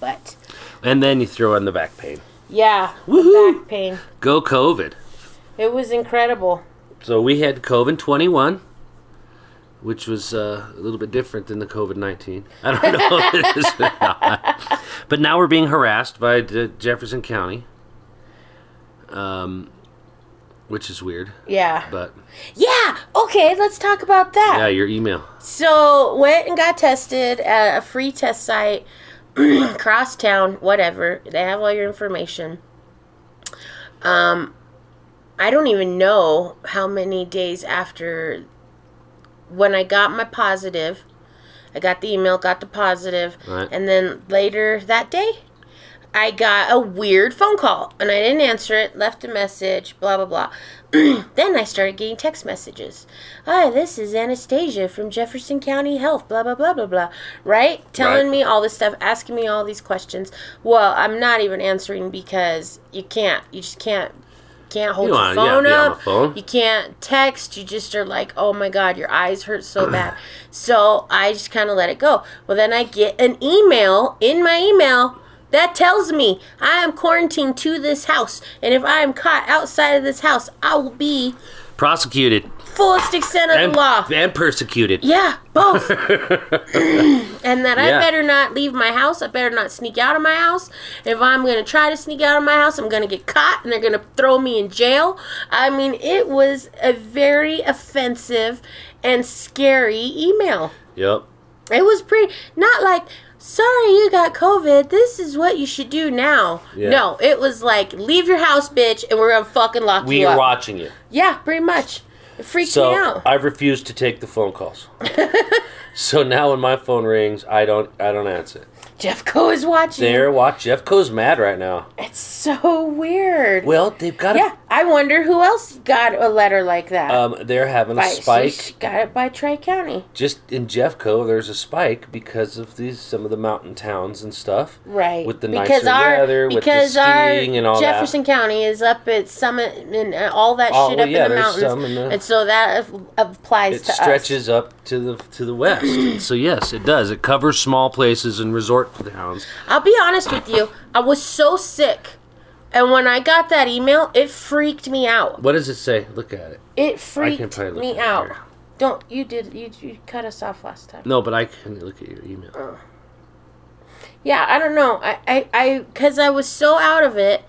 Speaker 1: But
Speaker 2: And then you throw in the back pain.
Speaker 1: yeah, the
Speaker 2: Woohoo!
Speaker 1: back pain.
Speaker 2: Go COVID.
Speaker 1: It was incredible.
Speaker 2: So we had COVID 21, which was uh, a little bit different than the COVID 19. I don't know if it is or [laughs] not. But now we're being harassed by the Jefferson County, um, which is weird.
Speaker 1: Yeah.
Speaker 2: But
Speaker 1: yeah. Okay, let's talk about that.
Speaker 2: yeah, your email.
Speaker 1: So went and got tested at a free test site, [clears throat] crosstown, whatever. They have all your information. Um, I don't even know how many days after when I got my positive, I got the email, got the positive,
Speaker 2: Right.
Speaker 1: and then later that day, I got a weird phone call and I didn't answer it, left a message, blah, blah, [clears throat] blah. then I started getting text messages. Hi, this is Anastasia from Jefferson County Health, blah, blah, blah, blah, blah. Right? Telling
Speaker 2: Right.
Speaker 1: me all this stuff, asking me all these questions. Well, I'm not even answering because you can't. You just can't. Can't hold
Speaker 2: You
Speaker 1: your
Speaker 2: wanna- yeah,
Speaker 1: phone
Speaker 2: be on
Speaker 1: up.
Speaker 2: the phone.
Speaker 1: You can't text. You just are like, oh my god, your eyes hurt
Speaker 2: [clears throat]
Speaker 1: so bad. So I just kind of let it go. Well, then I get an email in my email that tells me I am quarantined to this house, and if I am caught outside of this house, I will be
Speaker 2: Prosecuted
Speaker 1: fullest extent of
Speaker 2: and,
Speaker 1: the law.
Speaker 2: and persecuted.
Speaker 1: Yeah,
Speaker 2: [laughs]
Speaker 1: both. and that I
Speaker 2: Yeah.
Speaker 1: better not leave my house. I better not sneak out of my house. If I'm going to try to sneak out of my house, I'm going to get caught and they're going to throw me in jail. I mean, it was a very offensive and scary email.
Speaker 2: Yep.
Speaker 1: It was pretty, not like, sorry you got COVID. This is what you should do now.
Speaker 2: Yeah.
Speaker 1: No, it was like, leave your house, bitch, and we're going to fucking lock
Speaker 2: We
Speaker 1: you
Speaker 2: are
Speaker 1: up.
Speaker 2: watching you.
Speaker 1: yeah, pretty much. It freaked
Speaker 2: So uh,
Speaker 1: me out.
Speaker 2: I've refused to take the
Speaker 1: [laughs]
Speaker 2: phone calls. so now when my phone rings, I don't I don't answer.
Speaker 1: Jeffco is watching.
Speaker 2: There, watch Jeffco's mad right now.
Speaker 1: It's so weird.
Speaker 2: Well, they've got
Speaker 1: yeah, I wonder who else got a letter like that.
Speaker 2: a, um they're having a
Speaker 1: By-
Speaker 2: spike
Speaker 1: she got it by Tri County,
Speaker 2: just in Jeffco. There's a spike because of these some of the mountain towns and stuff.
Speaker 1: right?
Speaker 2: With the nicer weather, with the skiing and all that.
Speaker 1: Jefferson County is up at Summit and uh, all that
Speaker 2: Oh,
Speaker 1: shit
Speaker 2: well,
Speaker 1: up
Speaker 2: yeah,
Speaker 1: in the
Speaker 2: there's
Speaker 1: mountains,
Speaker 2: some in the-
Speaker 1: and so that af- applies
Speaker 2: It
Speaker 1: to us.
Speaker 2: stretches up to the to the west.
Speaker 1: [clears throat]
Speaker 2: And so yes, it does. It covers small places and resort towns.
Speaker 1: I'll be honest with you, I was so sick, and when I got that email, it freaked me out.
Speaker 2: What does it say? Look at it.
Speaker 1: It
Speaker 2: can
Speaker 1: freaked
Speaker 2: probably look
Speaker 1: me
Speaker 2: at it
Speaker 1: out.
Speaker 2: here.
Speaker 1: Don't you did you, you cut us off last time?
Speaker 2: No, but I can look at your email.
Speaker 1: Yeah, I don't know. I, I, I, because I was so out of it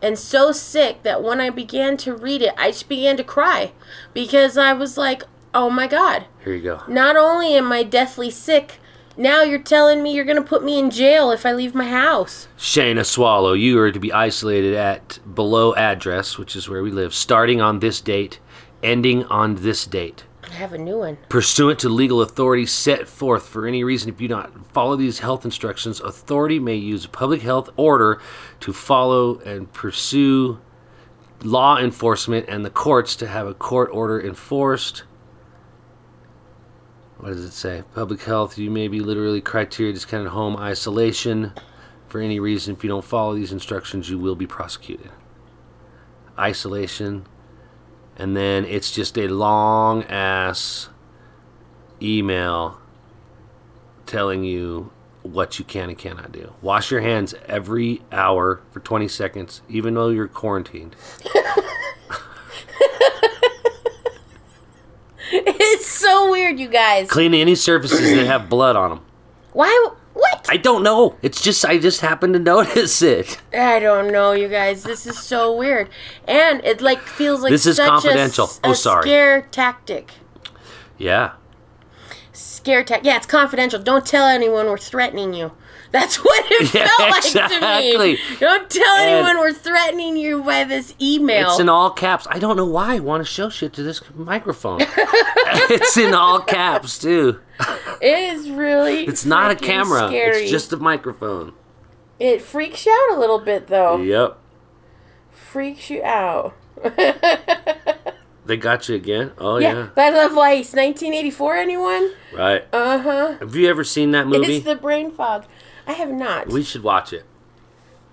Speaker 1: and so sick that when I began to read it, I just began to cry because I was like, oh my God,
Speaker 2: Here you go.
Speaker 1: not only am I deathly sick, now you're telling me you're going to put me in jail if I leave my house.
Speaker 2: Shayna Swallow, you are to be isolated at below address, which is where we live, starting on this date, ending on this date.
Speaker 1: I have a new one. [laughs]
Speaker 2: Pursuant to legal authority set forth for any reason, if you do not follow these health instructions, authority may use a public health order to follow and pursue law enforcement and the courts to have a court order enforced. What does it say? Public health, you may be literally criteria discounted home isolation. For any reason, if you don't follow these instructions, you will be prosecuted. Isolation. And then it's just a long ass email telling you what you can and cannot do. Wash your hands every hour for 20 seconds, even though you're quarantined.
Speaker 1: it's so weird, you guys.
Speaker 2: Clean any surfaces that have blood on them.
Speaker 1: Why? What?
Speaker 2: I don't know. It's just, I just happened to [laughs] notice it.
Speaker 1: I don't know, you guys. This is so weird, and it like feels like
Speaker 2: This is
Speaker 1: such a s-
Speaker 2: confidential. Oh,
Speaker 1: a
Speaker 2: sorry.
Speaker 1: Scare tactic.
Speaker 2: Yeah.
Speaker 1: scare tactic. Yeah, it's confidential. Don't tell anyone we're threatening you. That's [laughs] what it
Speaker 2: Yeah,
Speaker 1: felt
Speaker 2: exactly.
Speaker 1: like to me. Don't tell
Speaker 2: And-
Speaker 1: anyone we're threatening you by this email.
Speaker 2: It's in all caps. I don't know why I want to show shit to this microphone. [laughs] it's in all caps, too.
Speaker 1: it is really.
Speaker 2: It's not a
Speaker 1: freaking
Speaker 2: camera,
Speaker 1: Scary.
Speaker 2: it's just a microphone.
Speaker 1: It freaks you out a little bit, though.
Speaker 2: Yep.
Speaker 1: Freaks you out. [laughs]
Speaker 2: They got you again? Oh,
Speaker 1: Yeah,
Speaker 2: yeah.
Speaker 1: that Love Lice, 1984. Anyone?
Speaker 2: Right.
Speaker 1: Uh huh.
Speaker 2: Have you ever seen that movie?
Speaker 1: It's the brain fog. I have not.
Speaker 2: We should watch it.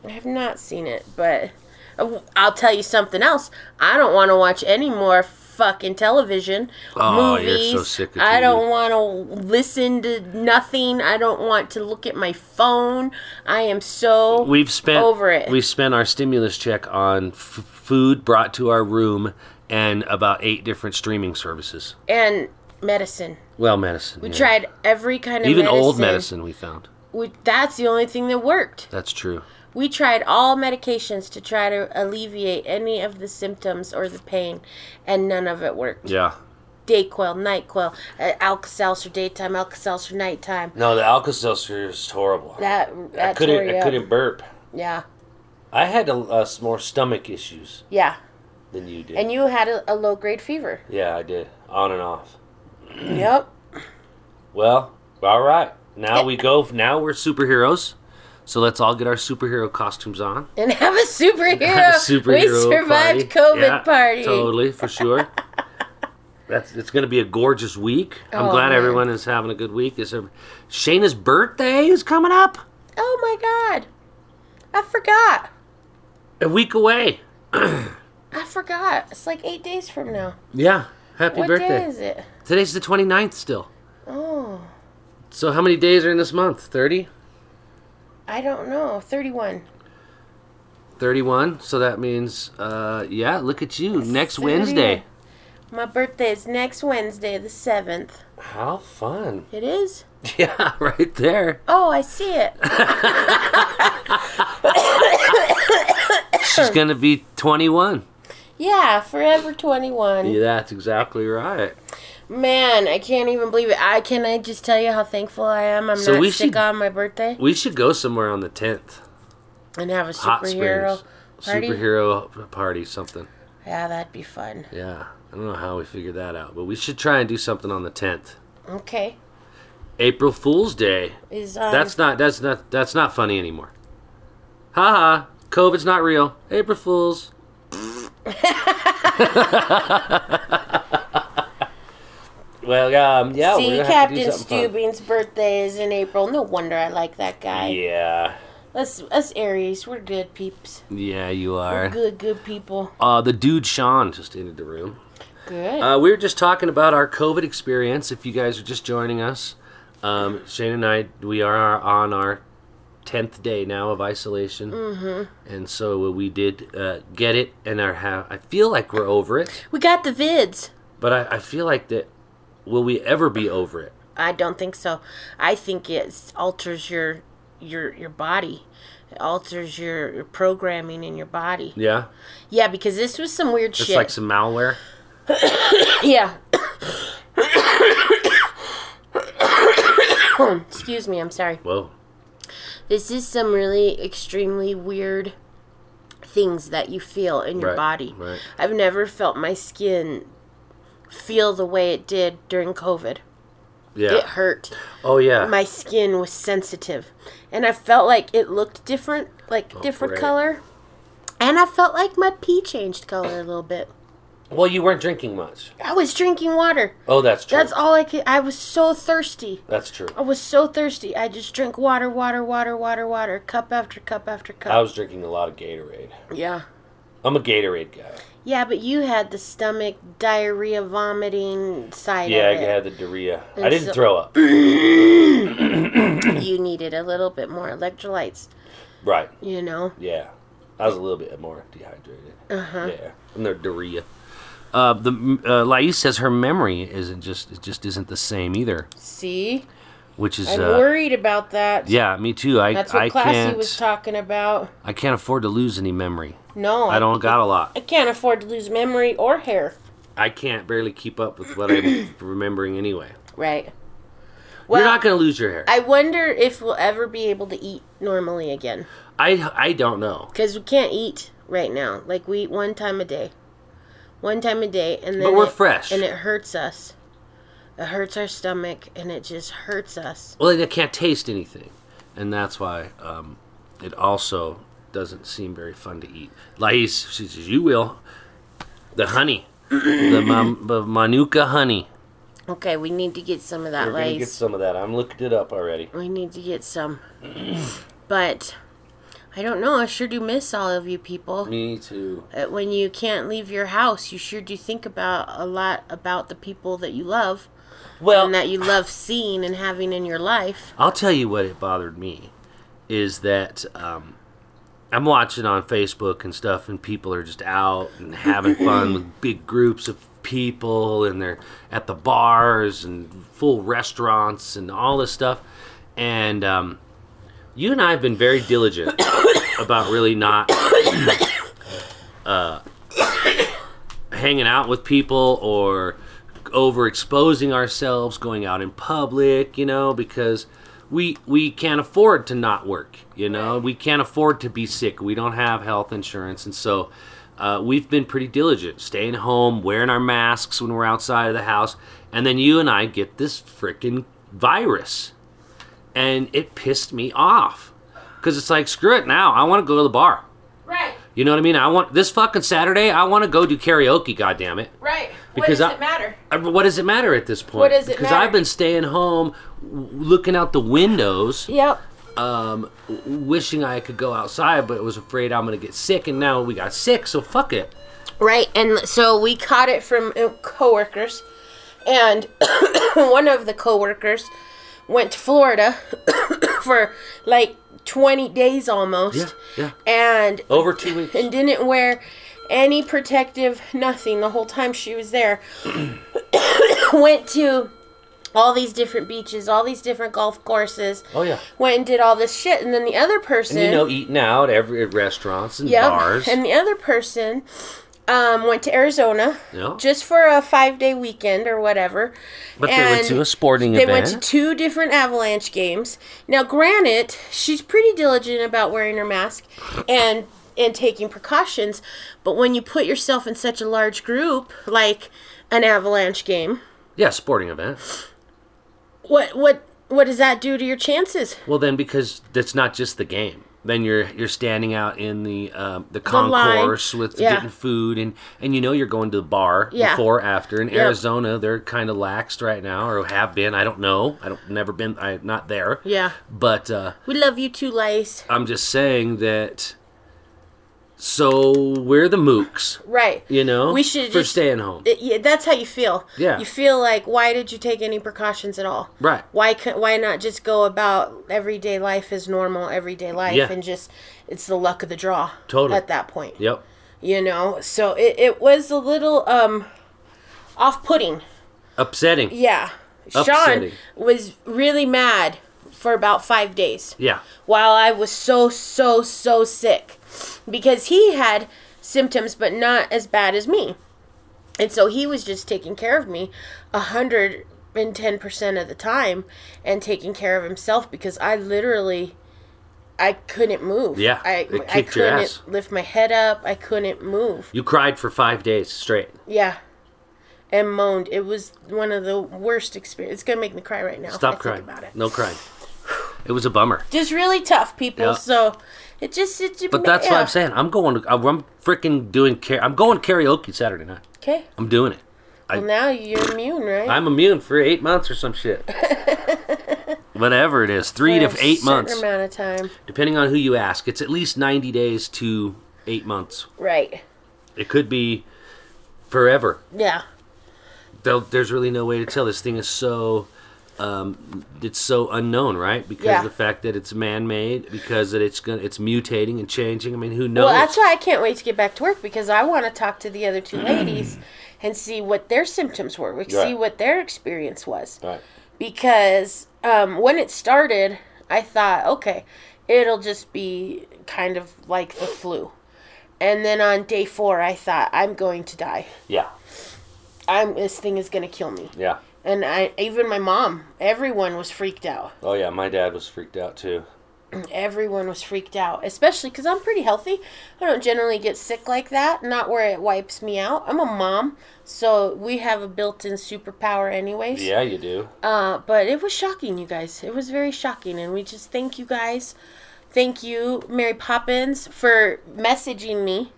Speaker 1: I have not seen it, but uh, I'll tell you something else. I don't want to watch any more fucking television,
Speaker 2: Oh, you're
Speaker 1: movies.
Speaker 2: so sick of
Speaker 1: I
Speaker 2: TV.
Speaker 1: don't want to listen to nothing. I don't want to look at my phone. I am so
Speaker 2: We've spent
Speaker 1: over it.
Speaker 2: We've spent our stimulus check on f- food brought to our room and about eight different streaming services.
Speaker 1: and medicine.
Speaker 2: Well, medicine.
Speaker 1: We
Speaker 2: yeah.
Speaker 1: tried every kind of
Speaker 2: even
Speaker 1: medicine.
Speaker 2: old medicine. We found
Speaker 1: We, that's the only thing that worked.
Speaker 2: that's true.
Speaker 1: We tried all medications to try to alleviate any of the symptoms or the pain, and none of it worked.
Speaker 2: Yeah.
Speaker 1: Dayquil, Nyquil, uh, Alka-Seltzer daytime, Alka-Seltzer nighttime.
Speaker 2: No, the Alka Seltzer is horrible.
Speaker 1: That that
Speaker 2: I couldn't.
Speaker 1: tore you
Speaker 2: I
Speaker 1: up.
Speaker 2: couldn't burp.
Speaker 1: Yeah,
Speaker 2: I had a, uh, s- more stomach issues
Speaker 1: yeah.
Speaker 2: than you did. [clears throat]
Speaker 1: And you had a, a low grade fever.
Speaker 2: yeah, I did. On and off.
Speaker 1: Yep.
Speaker 2: Well, all right. Now we go. Now we're superheroes. So let's all get our superhero costumes on.
Speaker 1: And have a
Speaker 2: [laughs]
Speaker 1: superhero.
Speaker 2: Have a superhero
Speaker 1: we survived
Speaker 2: party.
Speaker 1: COVID
Speaker 2: Yeah,
Speaker 1: party.
Speaker 2: Totally, for [laughs] sure. That's it's going to be a gorgeous week. I'm
Speaker 1: Oh,
Speaker 2: glad
Speaker 1: man.
Speaker 2: everyone is having a good week. Is there, Shayna's birthday is coming up.
Speaker 1: Oh my god. I forgot.
Speaker 2: A week away.
Speaker 1: I forgot. It's like eight days from now.
Speaker 2: Yeah. Happy
Speaker 1: what
Speaker 2: birthday.
Speaker 1: day is it?
Speaker 2: Today's the 29th still.
Speaker 1: Oh,
Speaker 2: So how many days are in this month? 30?
Speaker 1: I don't know. 31.
Speaker 2: 31. So that means uh yeah, look at you. Next Wednesday.
Speaker 1: 30. My birthday is next Wednesday, the 7th.
Speaker 2: How fun.
Speaker 1: It is?
Speaker 2: [laughs] Yeah, right there.
Speaker 1: Oh, I see it.
Speaker 2: She's going to be 21.
Speaker 1: Yeah, forever 21.
Speaker 2: Yeah, that's exactly right.
Speaker 1: Man, I can't even believe it. I can I just tell you how thankful I am. I'm
Speaker 2: So
Speaker 1: not
Speaker 2: we
Speaker 1: sick
Speaker 2: should-
Speaker 1: on my birthday
Speaker 2: We should go somewhere on the 10th.
Speaker 1: and have a
Speaker 2: Hot
Speaker 1: superhero
Speaker 2: Springs.
Speaker 1: party.
Speaker 2: Superhero party, something.
Speaker 1: Yeah, that'd be fun.
Speaker 2: Yeah. I don't know how we figured that out, but we should try and do something on the 10th.
Speaker 1: Okay.
Speaker 2: April Fool's Day.
Speaker 1: Is um,
Speaker 2: That's not that's not that's not funny anymore. Haha, COVID's not real. April Fools. [laughs] well, um, yeah,
Speaker 1: See,
Speaker 2: we're gonna have to do
Speaker 1: Captain
Speaker 2: something fun.
Speaker 1: Steuben's birthday is in April. No wonder I like that guy.
Speaker 2: Yeah,
Speaker 1: Us, us Aries, we're good peeps.
Speaker 2: yeah, you
Speaker 1: We're
Speaker 2: are.
Speaker 1: good, good people.
Speaker 2: Uh, the dude Sean just entered the room.
Speaker 1: Good.
Speaker 2: Uh, we were just talking about our COVID experience. If you guys are just joining us, um, Shane and I, we are on our tenth day now of isolation, mm-hmm. and so we did uh, get it, and are ha- I feel like we're over it,
Speaker 1: we got the vids.
Speaker 2: but I, I feel like that will we ever be over it?
Speaker 1: I don't think so. I think it alters your your your body. It alters your, your programming in your body.
Speaker 2: Yeah,
Speaker 1: Yeah, because this was some weird
Speaker 2: it's
Speaker 1: shit.
Speaker 2: like some malware.
Speaker 1: yeah. [coughs] Excuse me, I'm sorry.
Speaker 2: Whoa,
Speaker 1: This is some really extremely weird things that you feel in your
Speaker 2: Right,
Speaker 1: body.
Speaker 2: right.
Speaker 1: I've never felt my skin feel the way it did during COVID.
Speaker 2: yeah,
Speaker 1: It hurt.
Speaker 2: oh yeah,
Speaker 1: my skin was sensitive and i felt like it looked different like different
Speaker 2: Oh, great.
Speaker 1: color and i felt like my pee changed color a little bit
Speaker 2: well you weren't drinking much.
Speaker 1: i was drinking water
Speaker 2: Oh, that's true.
Speaker 1: that's all i could i was so thirsty
Speaker 2: That's true.
Speaker 1: i was so thirsty i just drank water water water water water cup after cup after cup
Speaker 2: I was drinking a lot of Gatorade.
Speaker 1: yeah
Speaker 2: I'm a Gatorade guy.
Speaker 1: yeah but you had the stomach diarrhea vomiting side
Speaker 2: Yeah, I
Speaker 1: of it
Speaker 2: had the diarrhea. I
Speaker 1: And
Speaker 2: didn't
Speaker 1: so-
Speaker 2: throw
Speaker 1: [clears throat]
Speaker 2: up.
Speaker 1: you needed a little bit more electrolytes
Speaker 2: right.
Speaker 1: you know
Speaker 2: Yeah, I was a little bit more dehydrated.
Speaker 1: Uh-huh.
Speaker 2: Yeah, and their diarrhea. Uh, the uh, Lais says her memory isn't just it just isn't the same either,
Speaker 1: see
Speaker 2: which is
Speaker 1: i'm
Speaker 2: uh,
Speaker 1: worried about that
Speaker 2: yeah, me too. I
Speaker 1: That's what
Speaker 2: I
Speaker 1: Classy
Speaker 2: can't
Speaker 1: was talking about.
Speaker 2: I can't afford to lose any memory.
Speaker 1: No,
Speaker 2: I don't got a lot.
Speaker 1: I can't afford to lose memory or hair.
Speaker 2: I can't barely keep up with what I'm [coughs] remembering anyway.
Speaker 1: Right. Well,
Speaker 2: You're not gonna lose your hair. I
Speaker 1: I wonder if we'll ever be able to eat normally again
Speaker 2: I, don't know,
Speaker 1: because we can't eat right now. Like we eat one time a day, one time a day, and then
Speaker 2: but we're
Speaker 1: it-
Speaker 2: fresh.
Speaker 1: and it hurts us. It hurts our stomach, and it just hurts us.
Speaker 2: well, and I can't taste anything, and that's why um, it also doesn't seem very fun to eat. Lais, she says, "You will." The honey, the mam- the manuka honey.
Speaker 1: Okay, we need to get some of that
Speaker 2: We're gonna get
Speaker 1: lace.
Speaker 2: some of that. I'm looking it up already.
Speaker 1: we need to get some, but I don't know. I sure do miss all of you people.
Speaker 2: Me too.
Speaker 1: Uh, when you can't leave your house, you sure do think about a lot about the people that you love and
Speaker 2: Well,
Speaker 1: that you love seeing and having in your life.
Speaker 2: I'll tell you what it bothered me is that um, I'm watching on Facebook and stuff, and people are just out and having fun with big groups of people, and they're at the bars and full restaurants and all this stuff. And um, you and I have been very diligent [coughs] about really not uh, hanging out with people or overexposing ourselves, going out in public, you know, because we we can't afford to not work, you know, we can't afford to be sick. We don't have health insurance, and so uh, we've been pretty diligent, staying home, wearing our masks when we're outside of the house, and then you and I get this freaking virus, and it pissed me off because it's like screw it now, I want to go to the bar.
Speaker 1: Right.
Speaker 2: You know what I mean? I want this fucking Saturday. I want to go do karaoke. God damn it!
Speaker 1: Right. what
Speaker 2: Because
Speaker 1: does
Speaker 2: I-
Speaker 1: it matter?
Speaker 2: I- What does it matter at this point?
Speaker 1: What does it
Speaker 2: because
Speaker 1: matter?
Speaker 2: I've been staying home, w- looking out the windows,
Speaker 1: Yep.
Speaker 2: um, w- wishing I could go outside, but was afraid I'm gonna get sick. And now we got sick, so fuck it.
Speaker 1: Right, and so we caught it from uh, coworkers, and [coughs] one of the coworkers went to Florida [coughs] for like 20 days almost,
Speaker 2: Yeah,
Speaker 1: and
Speaker 2: Over two weeks.
Speaker 1: and didn't wear any protective nothing the whole time she was there. [coughs] went to all these different beaches, all these different golf courses.
Speaker 2: Oh, yeah.
Speaker 1: Went and did all this shit, and then the other person,
Speaker 2: You know, eating out every at restaurants and
Speaker 1: Yep.
Speaker 2: bars.
Speaker 1: And the other person um, went to Arizona
Speaker 2: Yeah.
Speaker 1: just for a five day weekend or whatever.
Speaker 2: but they went
Speaker 1: and
Speaker 2: to a sporting
Speaker 1: They went
Speaker 2: event.
Speaker 1: to two different Avalanche games. Now, granted, she's pretty diligent about wearing her mask and and taking precautions, but when you put yourself in such a large group like an Avalanche game,
Speaker 2: yeah, sporting event.
Speaker 1: what what what does that do to your chances?
Speaker 2: Well, then because that's not just the game. Then you're you're standing out in the um, the
Speaker 1: line.
Speaker 2: concourse with
Speaker 1: Yeah.
Speaker 2: getting food and and you know you're going to the bar
Speaker 1: Yeah.
Speaker 2: before after. In Arizona, they're kind of laxed right now or have been. I don't know. I don't never been. I not there.
Speaker 1: Yeah.
Speaker 2: But uh,
Speaker 1: We love you too, Lice.
Speaker 2: I'm just saying that. So we're the mooks,
Speaker 1: Right.
Speaker 2: you know.
Speaker 1: We should
Speaker 2: for
Speaker 1: just-
Speaker 2: staying home.
Speaker 1: it, yeah, that's how you feel.
Speaker 2: Yeah.
Speaker 1: You feel like, why did you take any precautions at all?
Speaker 2: Right.
Speaker 1: Why could, Why not just go about everyday life as normal everyday life
Speaker 2: Yeah.
Speaker 1: and just it's the luck of the draw.
Speaker 2: Totally.
Speaker 1: At that point.
Speaker 2: yep.
Speaker 1: You know, so it, it was a little um, off putting.
Speaker 2: Upsetting.
Speaker 1: Yeah.
Speaker 2: Upsetting.
Speaker 1: Sean was really mad for about five days
Speaker 2: Yeah.
Speaker 1: while I was so, so, so sick because he had symptoms, but not as bad as me. And so he was just taking care of me 110% of the time and taking care of himself because I literally. I couldn't move.
Speaker 2: Yeah,
Speaker 1: I,
Speaker 2: it
Speaker 1: I
Speaker 2: kicked your
Speaker 1: couldn't
Speaker 2: ass.
Speaker 1: lift my head up. I couldn't move.
Speaker 2: You cried for five days straight.
Speaker 1: Yeah. And moaned. It was one of the worst experiences. It's going to make me cry right now. if I
Speaker 2: Stop
Speaker 1: think
Speaker 2: crying.
Speaker 1: about it.
Speaker 2: No crying. It was a bummer.
Speaker 1: just really tough people.
Speaker 2: Yeah.
Speaker 1: So it just it. just-
Speaker 2: But that's
Speaker 1: yeah.
Speaker 2: what I'm saying. I'm going. To, I'm freaking doing. Car- I'm going karaoke Saturday night.
Speaker 1: Okay.
Speaker 2: I'm doing it. I,
Speaker 1: Well, now you're immune, right?
Speaker 2: I'm immune for eight months or some
Speaker 1: [laughs]
Speaker 2: shit. Whatever it is, three
Speaker 1: For
Speaker 2: to
Speaker 1: a
Speaker 2: f- eight
Speaker 1: certain
Speaker 2: months,
Speaker 1: amount of time.
Speaker 2: depending on who you ask. It's at least 90 days to eight months.
Speaker 1: Right.
Speaker 2: It could be forever.
Speaker 1: Yeah.
Speaker 2: Though There's really no way to tell. This thing is so. Um, it's so unknown, right? Because
Speaker 1: Yeah.
Speaker 2: of the fact that it's man-made, because that it's gonna, it's mutating and changing. I mean, who knows?
Speaker 1: Well, that's why I can't wait to get back to work because I want to talk to the other
Speaker 2: [clears throat]
Speaker 1: two ladies and see what their symptoms were. We see
Speaker 2: Right.
Speaker 1: what their experience was.
Speaker 2: Right.
Speaker 1: Because um, when it started, I thought, okay, it'll just be kind of like the flu. And then on day four, I thought, I'm going to die.
Speaker 2: Yeah.
Speaker 1: I'm this thing is going to kill me.
Speaker 2: Yeah.
Speaker 1: And I even my mom, everyone was freaked out.
Speaker 2: Oh yeah, my dad was freaked out too.
Speaker 1: Everyone was freaked out, especially cuz I'm pretty healthy. I don't generally get sick like that, not where it wipes me out. I'm a mom, so we have a built-in superpower anyways.
Speaker 2: Yeah, you do.
Speaker 1: Uh, but it was shocking, you guys. It was very shocking and we just thank you guys. Thank you Mary Poppins for messaging me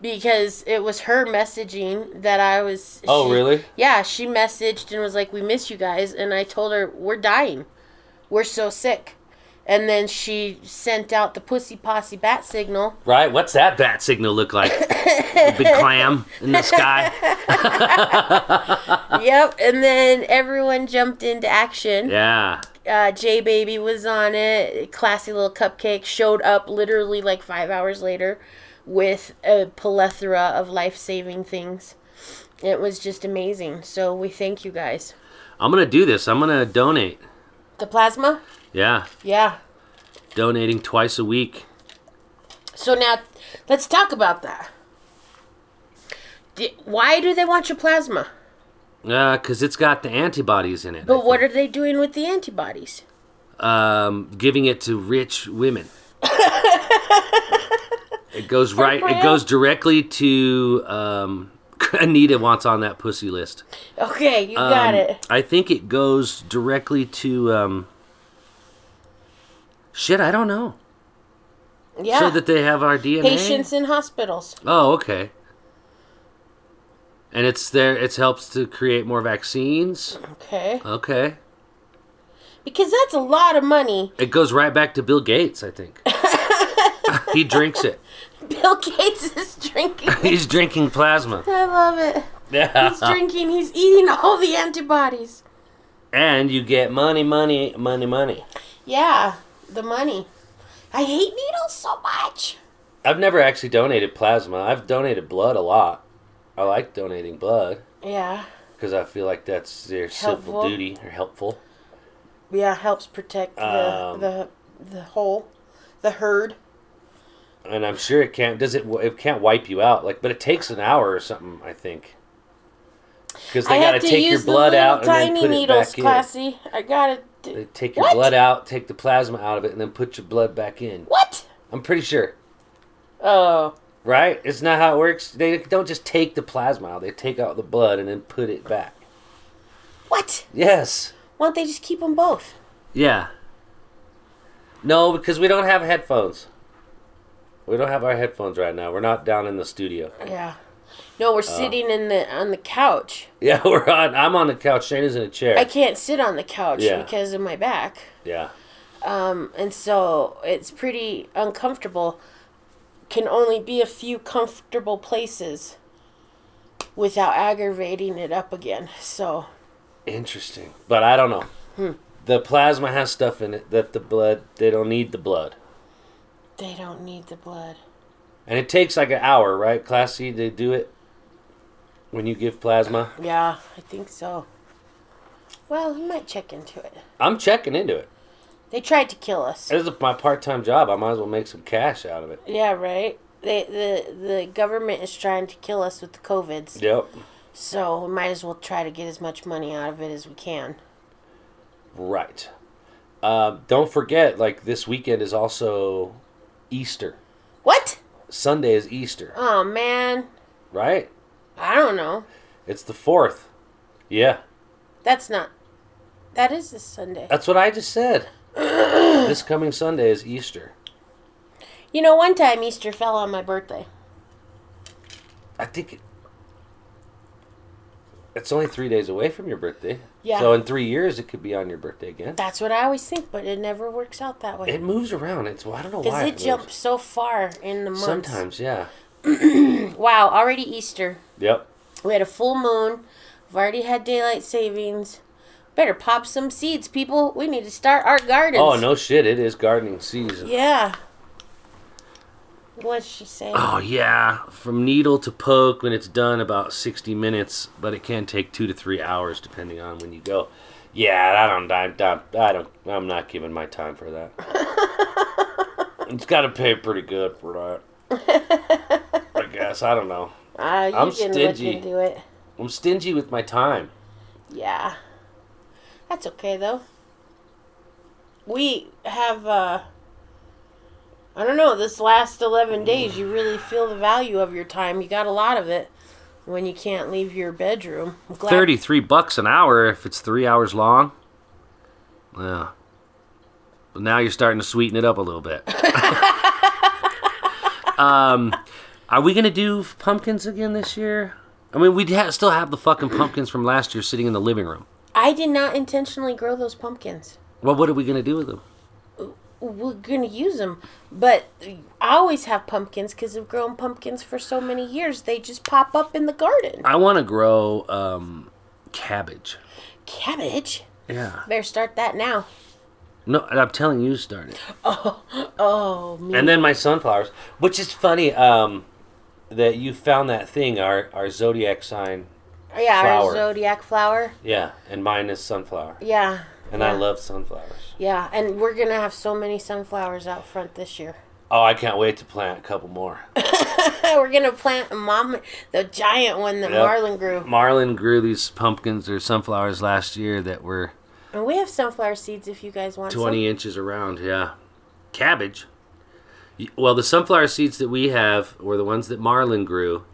Speaker 1: because it was her messaging that I was
Speaker 2: Oh,
Speaker 1: she-
Speaker 2: really?
Speaker 1: Yeah, she messaged and was like, "We miss you guys," and I told her we're dying, we're so sick, and then she sent out the pussy posse bat
Speaker 2: [laughs]
Speaker 1: signal.
Speaker 2: Right? What's that bat signal look like? A big clam in the sky.
Speaker 1: yep, and then everyone jumped into action.
Speaker 2: Yeah.
Speaker 1: Uh, J Baby was on it. Classy little cupcake showed up literally like five hours later with a plethora of life saving things. It was just amazing. So we thank you guys.
Speaker 2: I'm gonna do this. I'm gonna donate.
Speaker 1: The plasma,
Speaker 2: Yeah.
Speaker 1: yeah.
Speaker 2: Donating twice a week.
Speaker 1: So now, let's talk about that. Di- Why do they want your plasma?
Speaker 2: Uh, cause it's got the antibodies in it.
Speaker 1: But what are they doing with the antibodies?
Speaker 2: Um, giving it to rich women. It goes right. It
Speaker 1: Brad?
Speaker 2: goes directly to um, [laughs] Anita wants on that pussy list.
Speaker 1: Okay, you got
Speaker 2: Um,
Speaker 1: it.
Speaker 2: I think it goes directly to. Um, shit, I don't know.
Speaker 1: Yeah.
Speaker 2: So that they have our DNA.
Speaker 1: Patients in hospitals.
Speaker 2: Oh, okay. And it's there. It helps to create more vaccines.
Speaker 1: Okay.
Speaker 2: Okay.
Speaker 1: Because that's a lot of money. [laughs]
Speaker 2: It goes right back to Bill Gates. I think he drinks it.
Speaker 1: Bill Gates is drinking.
Speaker 2: He's drinking plasma.
Speaker 1: I love it.
Speaker 2: Yeah. [laughs]
Speaker 1: He's drinking, he's eating all the antibodies.
Speaker 2: And you get money, money, money, money.
Speaker 1: Yeah, the money. I hate needles so much.
Speaker 2: I've never actually donated plasma. I've donated blood a lot. I like donating blood
Speaker 1: Yeah.
Speaker 2: because I feel like that's their
Speaker 1: Helpful.
Speaker 2: civil duty or helpful.
Speaker 1: Yeah, helps protect the
Speaker 2: Um,
Speaker 1: the the whole the herd.
Speaker 2: And I'm sure it can't. Does it? It can't wipe you out. Like, but it takes an hour or something. I think. Because
Speaker 1: I
Speaker 2: they
Speaker 1: have
Speaker 2: got to
Speaker 1: to
Speaker 2: take your
Speaker 1: use the
Speaker 2: blood
Speaker 1: little
Speaker 2: out and then
Speaker 1: tiny
Speaker 2: put
Speaker 1: needles,
Speaker 2: it back
Speaker 1: classy. I gotta do-
Speaker 2: in. They take your
Speaker 1: What?
Speaker 2: blood out, take the plasma out of it, and then put your blood back in.
Speaker 1: What?
Speaker 2: I'm pretty sure.
Speaker 1: Oh.
Speaker 2: Right? It's not how it works. They don't just take the plasma out. They take out the blood and then put it back.
Speaker 1: What?
Speaker 2: Yes.
Speaker 1: Why don't they just keep them both?
Speaker 2: Yeah. No, because we don't have headphones. We don't have our headphones right now. We're not down in the studio. [laughs]
Speaker 1: Yeah. No,
Speaker 2: Oh.
Speaker 1: we're sitting in the on the couch.
Speaker 2: Yeah, we're on. I'm on the couch. Shane is in a chair.
Speaker 1: I can't sit on the couch
Speaker 2: Yeah.
Speaker 1: because of my back.
Speaker 2: yeah.
Speaker 1: Um, and so it's pretty uncomfortable. Can only be a few comfortable places without aggravating it up again. So
Speaker 2: Interesting. But I don't know. The plasma has stuff in it that the blood, they don't need the blood.
Speaker 1: they don't need the blood.
Speaker 2: And it takes like an hour, right? Class C, they do it when you give plasma.
Speaker 1: Yeah, I think so. Well, we might check into it.
Speaker 2: I'm checking into it.
Speaker 1: They tried to kill us.
Speaker 2: This is my part time job. I might as well make some cash out of it.
Speaker 1: Yeah, right. They, the the government is trying to kill us with the covids,
Speaker 2: Yep.
Speaker 1: so we might as well try to get as much money out of it as we can.
Speaker 2: Right. Uh, don't forget, like this weekend is also Easter.
Speaker 1: What?
Speaker 2: Sunday is Easter,
Speaker 1: Oh man,
Speaker 2: right?
Speaker 1: I don't know.
Speaker 2: It's the fourth. Yeah,
Speaker 1: That's not. That is this Sunday.
Speaker 2: that's what I just said. [clears throat] this coming Sunday is Easter.
Speaker 1: You know, one time Easter fell on my birthday.
Speaker 2: I think it, it's only three days away from your birthday.
Speaker 1: Yeah.
Speaker 2: So in three years, it could be on your birthday again.
Speaker 1: That's what I always think, but it never works out that
Speaker 2: It
Speaker 1: way.
Speaker 2: moves around. It's I don't know why
Speaker 1: Because it
Speaker 2: moves.
Speaker 1: jumps so far in the months.
Speaker 2: Sometimes, yeah.
Speaker 1: [laughs] Wow, already Easter.
Speaker 2: Yep.
Speaker 1: We had a full moon. We've already had daylight savings. Better pop some seeds, people. We need to start our gardens.
Speaker 2: Oh no shit! It is gardening season.
Speaker 1: Yeah. What's she saying?
Speaker 2: Oh yeah, from needle to poke when it's done about 60 minutes, but it can take 2 to 3 hours depending on when you go. Yeah, I don't I don't, I don't I'm not giving my time for that. it's got to pay pretty good for that. I guess I don't know.
Speaker 1: Ah, you
Speaker 2: I'm
Speaker 1: didn't
Speaker 2: stingy.
Speaker 1: look into it.
Speaker 2: I'm stingy with my time.
Speaker 1: Yeah. That's okay though. We have uh I don't know, this last 11 days you really feel the value of your time. You got a lot of it when you can't leave your bedroom. I'm glad-
Speaker 2: 33 bucks an hour if it's 3 hours long. Yeah. But now you're starting to sweeten it up a little bit. um are we going to do pumpkins again this year? I mean, we ha- still have the fucking pumpkins from last year sitting in the living room.
Speaker 1: I did not intentionally grow those pumpkins.
Speaker 2: Well, what are we going to do with them?
Speaker 1: We're going to use them, but I always have pumpkins cuz I've grown pumpkins for so many years. They just pop up in the garden.
Speaker 2: I want to grow um cabbage.
Speaker 1: Cabbage.
Speaker 2: Yeah.
Speaker 1: Better start that now. [laughs]
Speaker 2: No, I'm telling you start it.
Speaker 1: Oh, me.
Speaker 2: and then my sunflowers, which is funny um, that you found that thing, our, our zodiac sign.
Speaker 1: yeah, our
Speaker 2: flower.
Speaker 1: zodiac flower.
Speaker 2: Yeah, and mine is sunflower.
Speaker 1: Yeah.
Speaker 2: And I love sunflowers.
Speaker 1: Yeah, and we're gonna have so many sunflowers out front this year. [laughs]
Speaker 2: Oh, I can't wait to plant a couple more.
Speaker 1: we're gonna plant a mom, the giant one that
Speaker 2: Yep.
Speaker 1: Marlin grew,
Speaker 2: Marlin grew these pumpkins or sunflowers last year that were
Speaker 1: and we have sunflower seeds if you guys want.
Speaker 2: 20 inches around, yeah. Cabbage. Y- Well, the sunflower seeds that we have were the ones that Marlin grew.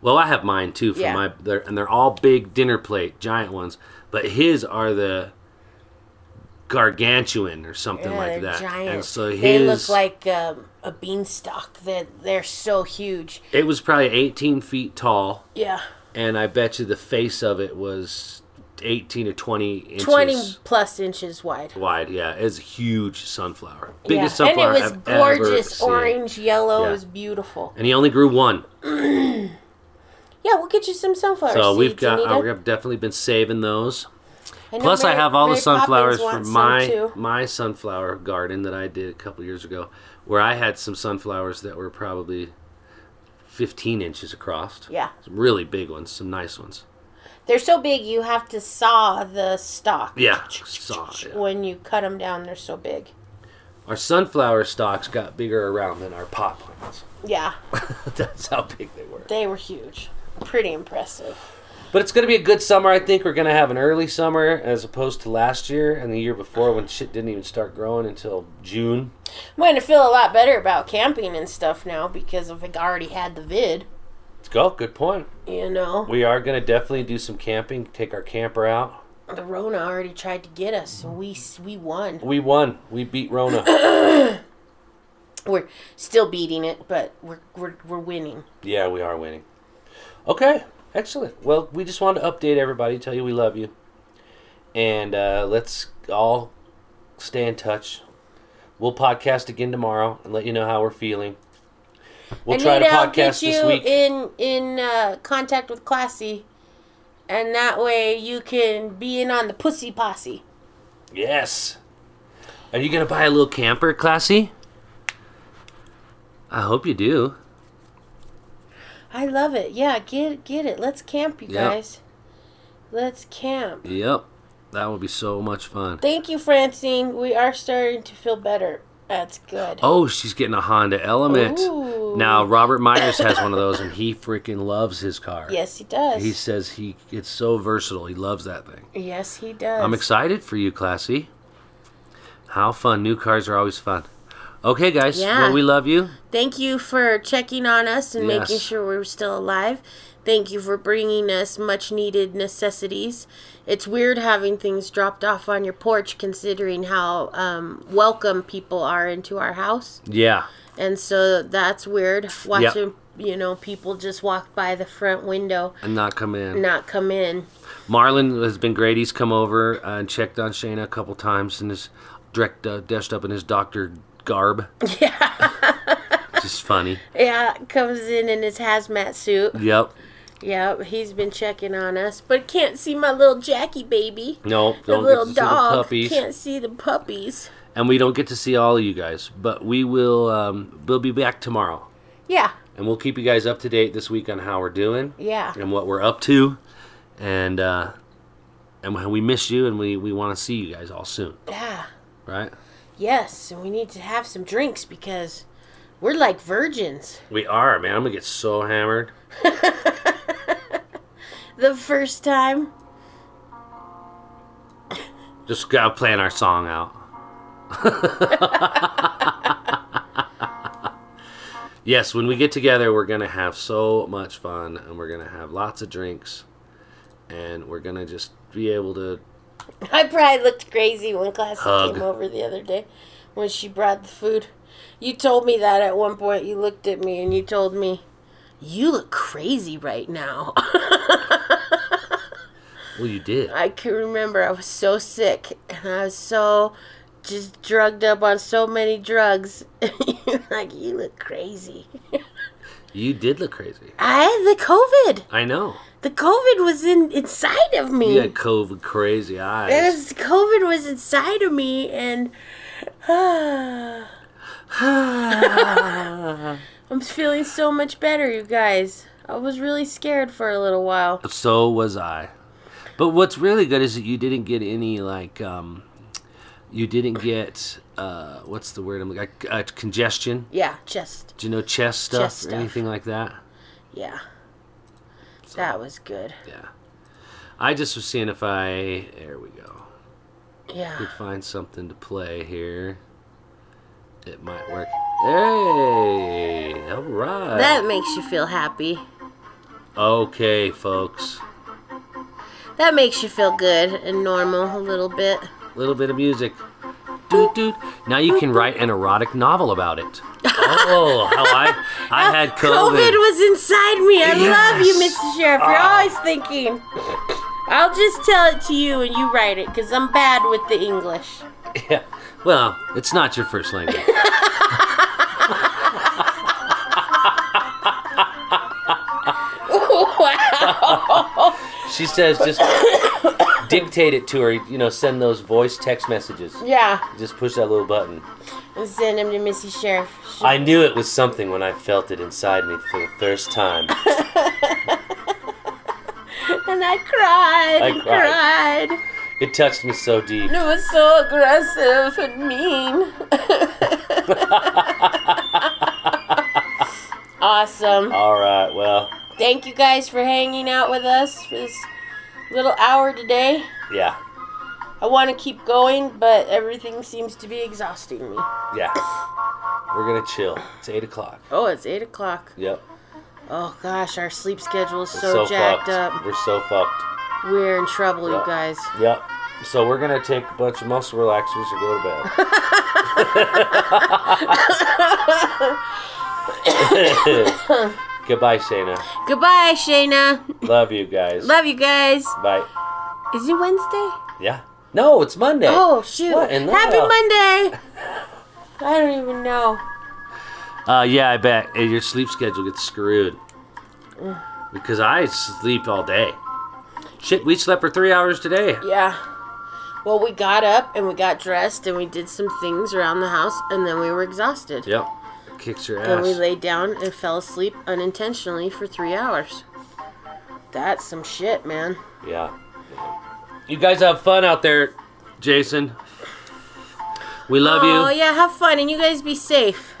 Speaker 2: Well, I have mine too from
Speaker 1: Yeah.
Speaker 2: my they're, and they're all big dinner plate, giant ones. But his are the gargantuan or something
Speaker 1: Yeah,
Speaker 2: like
Speaker 1: they're
Speaker 2: that.
Speaker 1: giant.
Speaker 2: And so his
Speaker 1: they look like um, a beanstalk. That they're so huge.
Speaker 2: it was probably 18 feet tall,
Speaker 1: Yeah,
Speaker 2: and I bet you the face of it was 18 or 20 inches
Speaker 1: twenty plus inches wide.
Speaker 2: wide. Yeah, it's a huge sunflower,
Speaker 1: Yeah.
Speaker 2: biggest sunflower
Speaker 1: and it was
Speaker 2: I've ever
Speaker 1: gorgeous,
Speaker 2: seen.
Speaker 1: orange, yellow. It
Speaker 2: Yeah.
Speaker 1: was beautiful.
Speaker 2: And he only grew one.
Speaker 1: Yeah, we'll get you some sunflower
Speaker 2: So
Speaker 1: seeds.
Speaker 2: we've got,
Speaker 1: Anita.
Speaker 2: uh, we've definitely been saving those.
Speaker 1: I know
Speaker 2: Plus, I
Speaker 1: Mary-
Speaker 2: have all
Speaker 1: Mary
Speaker 2: the sunflowers
Speaker 1: Poppins
Speaker 2: from
Speaker 1: wants some,
Speaker 2: my
Speaker 1: too.
Speaker 2: my sunflower garden that I did a couple years ago, where I had some sunflowers that were probably 15 inches across.
Speaker 1: Yeah.
Speaker 2: some really big ones, some nice ones.
Speaker 1: They're so big you have to saw the stalk.
Speaker 2: Yeah, saw, yeah.
Speaker 1: When you cut them down, they're so big.
Speaker 2: Our sunflower stalks got bigger around than our pot plants.
Speaker 1: Yeah,
Speaker 2: [laughs] That's how big they were.
Speaker 1: they were huge. Pretty impressive.
Speaker 2: But it's going to be a good summer. I think we're going to have an early summer as opposed to last year and the year before when shit didn't even start growing until June.
Speaker 1: I'm going to feel a lot better about camping and stuff now because I've already had the vid.
Speaker 2: Let's go. Good point.
Speaker 1: You know,
Speaker 2: We are going to definitely do some camping, take our camper out.
Speaker 1: the Rona already tried to get us, so we s- we won.
Speaker 2: We won. We beat Rona.
Speaker 1: We're still beating it, but we're we're, we're winning.
Speaker 2: yeah, we are winning. Okay. Excellent. Well, we just wanted to update everybody, tell you we love you. And uh, let's all stay in touch. We'll podcast again tomorrow and let you know how we're feeling. We'll try to
Speaker 1: Anita, I'll get
Speaker 2: podcast this
Speaker 1: you
Speaker 2: week.
Speaker 1: in in uh, contact with Classy, and that way you can be in on the pussy posse.
Speaker 2: Yes. Are you gonna buy a little camper, Classy? I hope you do.
Speaker 1: I love it. Yeah, get get it. Let's camp, you
Speaker 2: Yeah.
Speaker 1: guys. Let's camp.
Speaker 2: Yep. That would be so much fun.
Speaker 1: Thank you, Francine. We are starting to feel better. That's good.
Speaker 2: Oh, she's getting a Honda Element.
Speaker 1: Ooh.
Speaker 2: Now Robert Myers has one of those and he freaking loves his car.
Speaker 1: Yes, he does.
Speaker 2: He says he it's so versatile. He loves that thing.
Speaker 1: yes, he does.
Speaker 2: I'm excited for you, Classy. How fun. New cars are always fun. Okay, guys.
Speaker 1: Yeah.
Speaker 2: Well, we love you.
Speaker 1: Thank you for checking on us and making
Speaker 2: Yes.
Speaker 1: sure we're still alive. Thank you for bringing us much needed necessities. It's weird having things dropped off on your porch considering how um, welcome people are into our house.
Speaker 2: Yeah.
Speaker 1: And so that's weird watching, you know, people just walk by the front window,
Speaker 2: And not come in.
Speaker 1: not come in.
Speaker 2: Marlon has been great. He's come over uh, and checked on Shayna a couple times and is direct, uh, dressed up in his doctor garb.
Speaker 1: [laughs] Yeah.
Speaker 2: Just funny.
Speaker 1: Yeah, comes in in his hazmat suit.
Speaker 2: Yep.
Speaker 1: Yeah, he's been checking on us, but can't see my little Jackie baby.
Speaker 2: No,
Speaker 1: the
Speaker 2: don't
Speaker 1: little
Speaker 2: get to
Speaker 1: dog
Speaker 2: see the puppies,
Speaker 1: can't see the puppies.
Speaker 2: and we don't get to see all of you guys. But we will. Um, we'll be back tomorrow,
Speaker 1: Yeah,
Speaker 2: and we'll keep you guys up to date this week on how we're doing
Speaker 1: yeah,
Speaker 2: and what we're up to, and uh, and we miss you, and we we want to see you guys all soon,
Speaker 1: yeah.
Speaker 2: right?
Speaker 1: Yes, and we need to have some drinks because we're like virgins.
Speaker 2: We are, man. I'm gonna get so hammered.
Speaker 1: The first time,
Speaker 2: Just gotta plan our song out. [laughs] yes, when we get together, we're gonna have so much fun, and we're gonna have lots of drinks, and we're gonna just be able to.
Speaker 1: I probably looked crazy when Classy
Speaker 2: Hug.
Speaker 1: came over the other day when she brought the food. You told me that at one point. You looked at me and you told me, "You look crazy right now." [laughs]
Speaker 2: Well, you did.
Speaker 1: I can remember I was so sick and I was so just drugged up on so many drugs. [laughs] like you look crazy.
Speaker 2: You did look crazy.
Speaker 1: I had the COVID.
Speaker 2: I know.
Speaker 1: The COVID was in inside of me.
Speaker 2: You had COVID crazy
Speaker 1: It
Speaker 2: eyes.
Speaker 1: was, COVID was inside of me and [sighs] I'm feeling so much better, you guys. I was really scared for a little while.
Speaker 2: [sighs] so was I. But what's really good is that you didn't get any like um, you didn't get uh, what's the word? I'm like uh, congestion.
Speaker 1: Yeah, just
Speaker 2: Do you know chest stuff
Speaker 1: Chest
Speaker 2: or
Speaker 1: stuff.
Speaker 2: anything like that?
Speaker 1: yeah. That was good.
Speaker 2: Yeah. I just was seeing if I. There we go.
Speaker 1: Yeah.
Speaker 2: Could find something to play here. It might work. Hey, all right.
Speaker 1: That makes you feel happy.
Speaker 2: okay, folks.
Speaker 1: That makes you feel good and normal a little bit.
Speaker 2: Little bit of music. Doot doot. Now you can write an erotic novel about it. Oh, how I I had
Speaker 1: COVID
Speaker 2: COVID.
Speaker 1: was inside me. I love you,
Speaker 2: Yes. Ah.
Speaker 1: Mr. Sheriff. You're always thinking. I'll just tell it to you and you write it because I'm bad with the
Speaker 2: [laughs]
Speaker 1: English.
Speaker 2: [laughs]
Speaker 1: [laughs]
Speaker 2: Yeah. Well, it's not your first language.
Speaker 1: wow.
Speaker 2: She
Speaker 1: [coughs]
Speaker 2: says just dictate it to her. You know, send those voice text messages.
Speaker 1: Yeah.
Speaker 2: Just push that little button.
Speaker 1: And send him to Missy Sheriff. She-
Speaker 2: I knew it was something when I felt it inside me for the first time.
Speaker 1: and I cried
Speaker 2: I
Speaker 1: and
Speaker 2: cried.
Speaker 1: cried.
Speaker 2: It touched me so deep.
Speaker 1: And it was so aggressive and mean. awesome.
Speaker 2: All right. Well,
Speaker 1: Thank you guys for hanging out with us for this little hour today.
Speaker 2: yeah,
Speaker 1: I want to keep going, but everything seems to be exhausting me.
Speaker 2: yeah. We're gonna chill. It's eight o'clock.
Speaker 1: Oh, it's 8 o'clock.
Speaker 2: Yep.
Speaker 1: Oh gosh, our sleep schedule is
Speaker 2: We're
Speaker 1: so, jacked
Speaker 2: fucked.
Speaker 1: up.
Speaker 2: We're so fucked.
Speaker 1: We're in trouble,
Speaker 2: Yeah.
Speaker 1: you guys.
Speaker 2: Yep. So we're gonna take a bunch of muscle relaxers and go to bed.
Speaker 1: [laughs]
Speaker 2: Goodbye, Shayna.
Speaker 1: Goodbye, Shayna.
Speaker 2: Love you guys.
Speaker 1: Love you guys.
Speaker 2: Bye.
Speaker 1: Is it Wednesday?
Speaker 2: Yeah. No, it's Monday.
Speaker 1: Oh shoot!
Speaker 2: What in the
Speaker 1: Happy
Speaker 2: hell? [laughs]
Speaker 1: Monday. I don't even know.
Speaker 2: Uh, yeah, I bet. And your sleep schedule gets screwed. Because I sleep all day. Shit, we slept for three hours today.
Speaker 1: Yeah. Well, we got up and we got dressed and we did some things around the house and then we were exhausted.
Speaker 2: Yep. Kicks your
Speaker 1: Then we
Speaker 2: ass.
Speaker 1: laid down and fell asleep unintentionally for three hours. That's some shit, man.
Speaker 2: Yeah. You guys have fun out there, Jason. We love you.
Speaker 1: Oh yeah, have fun and you guys be safe.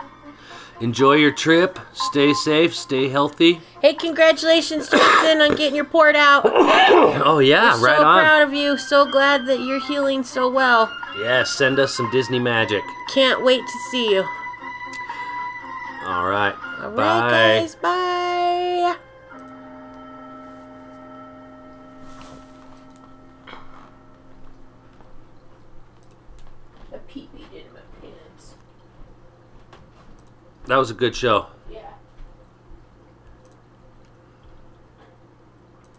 Speaker 2: Enjoy your trip. Stay safe. Stay healthy.
Speaker 1: Hey, congratulations, Jason, on getting your port
Speaker 2: [coughs]
Speaker 1: out.
Speaker 2: Oh yeah,
Speaker 1: so
Speaker 2: right on.
Speaker 1: proud of you. So glad that you're healing so well.
Speaker 2: Yeah, send us some Disney magic.
Speaker 1: Can't wait to see you.
Speaker 2: All right.
Speaker 1: All right,
Speaker 2: Bye.
Speaker 1: guys. Bye. A pee-pee in my pants.
Speaker 2: That was a good show.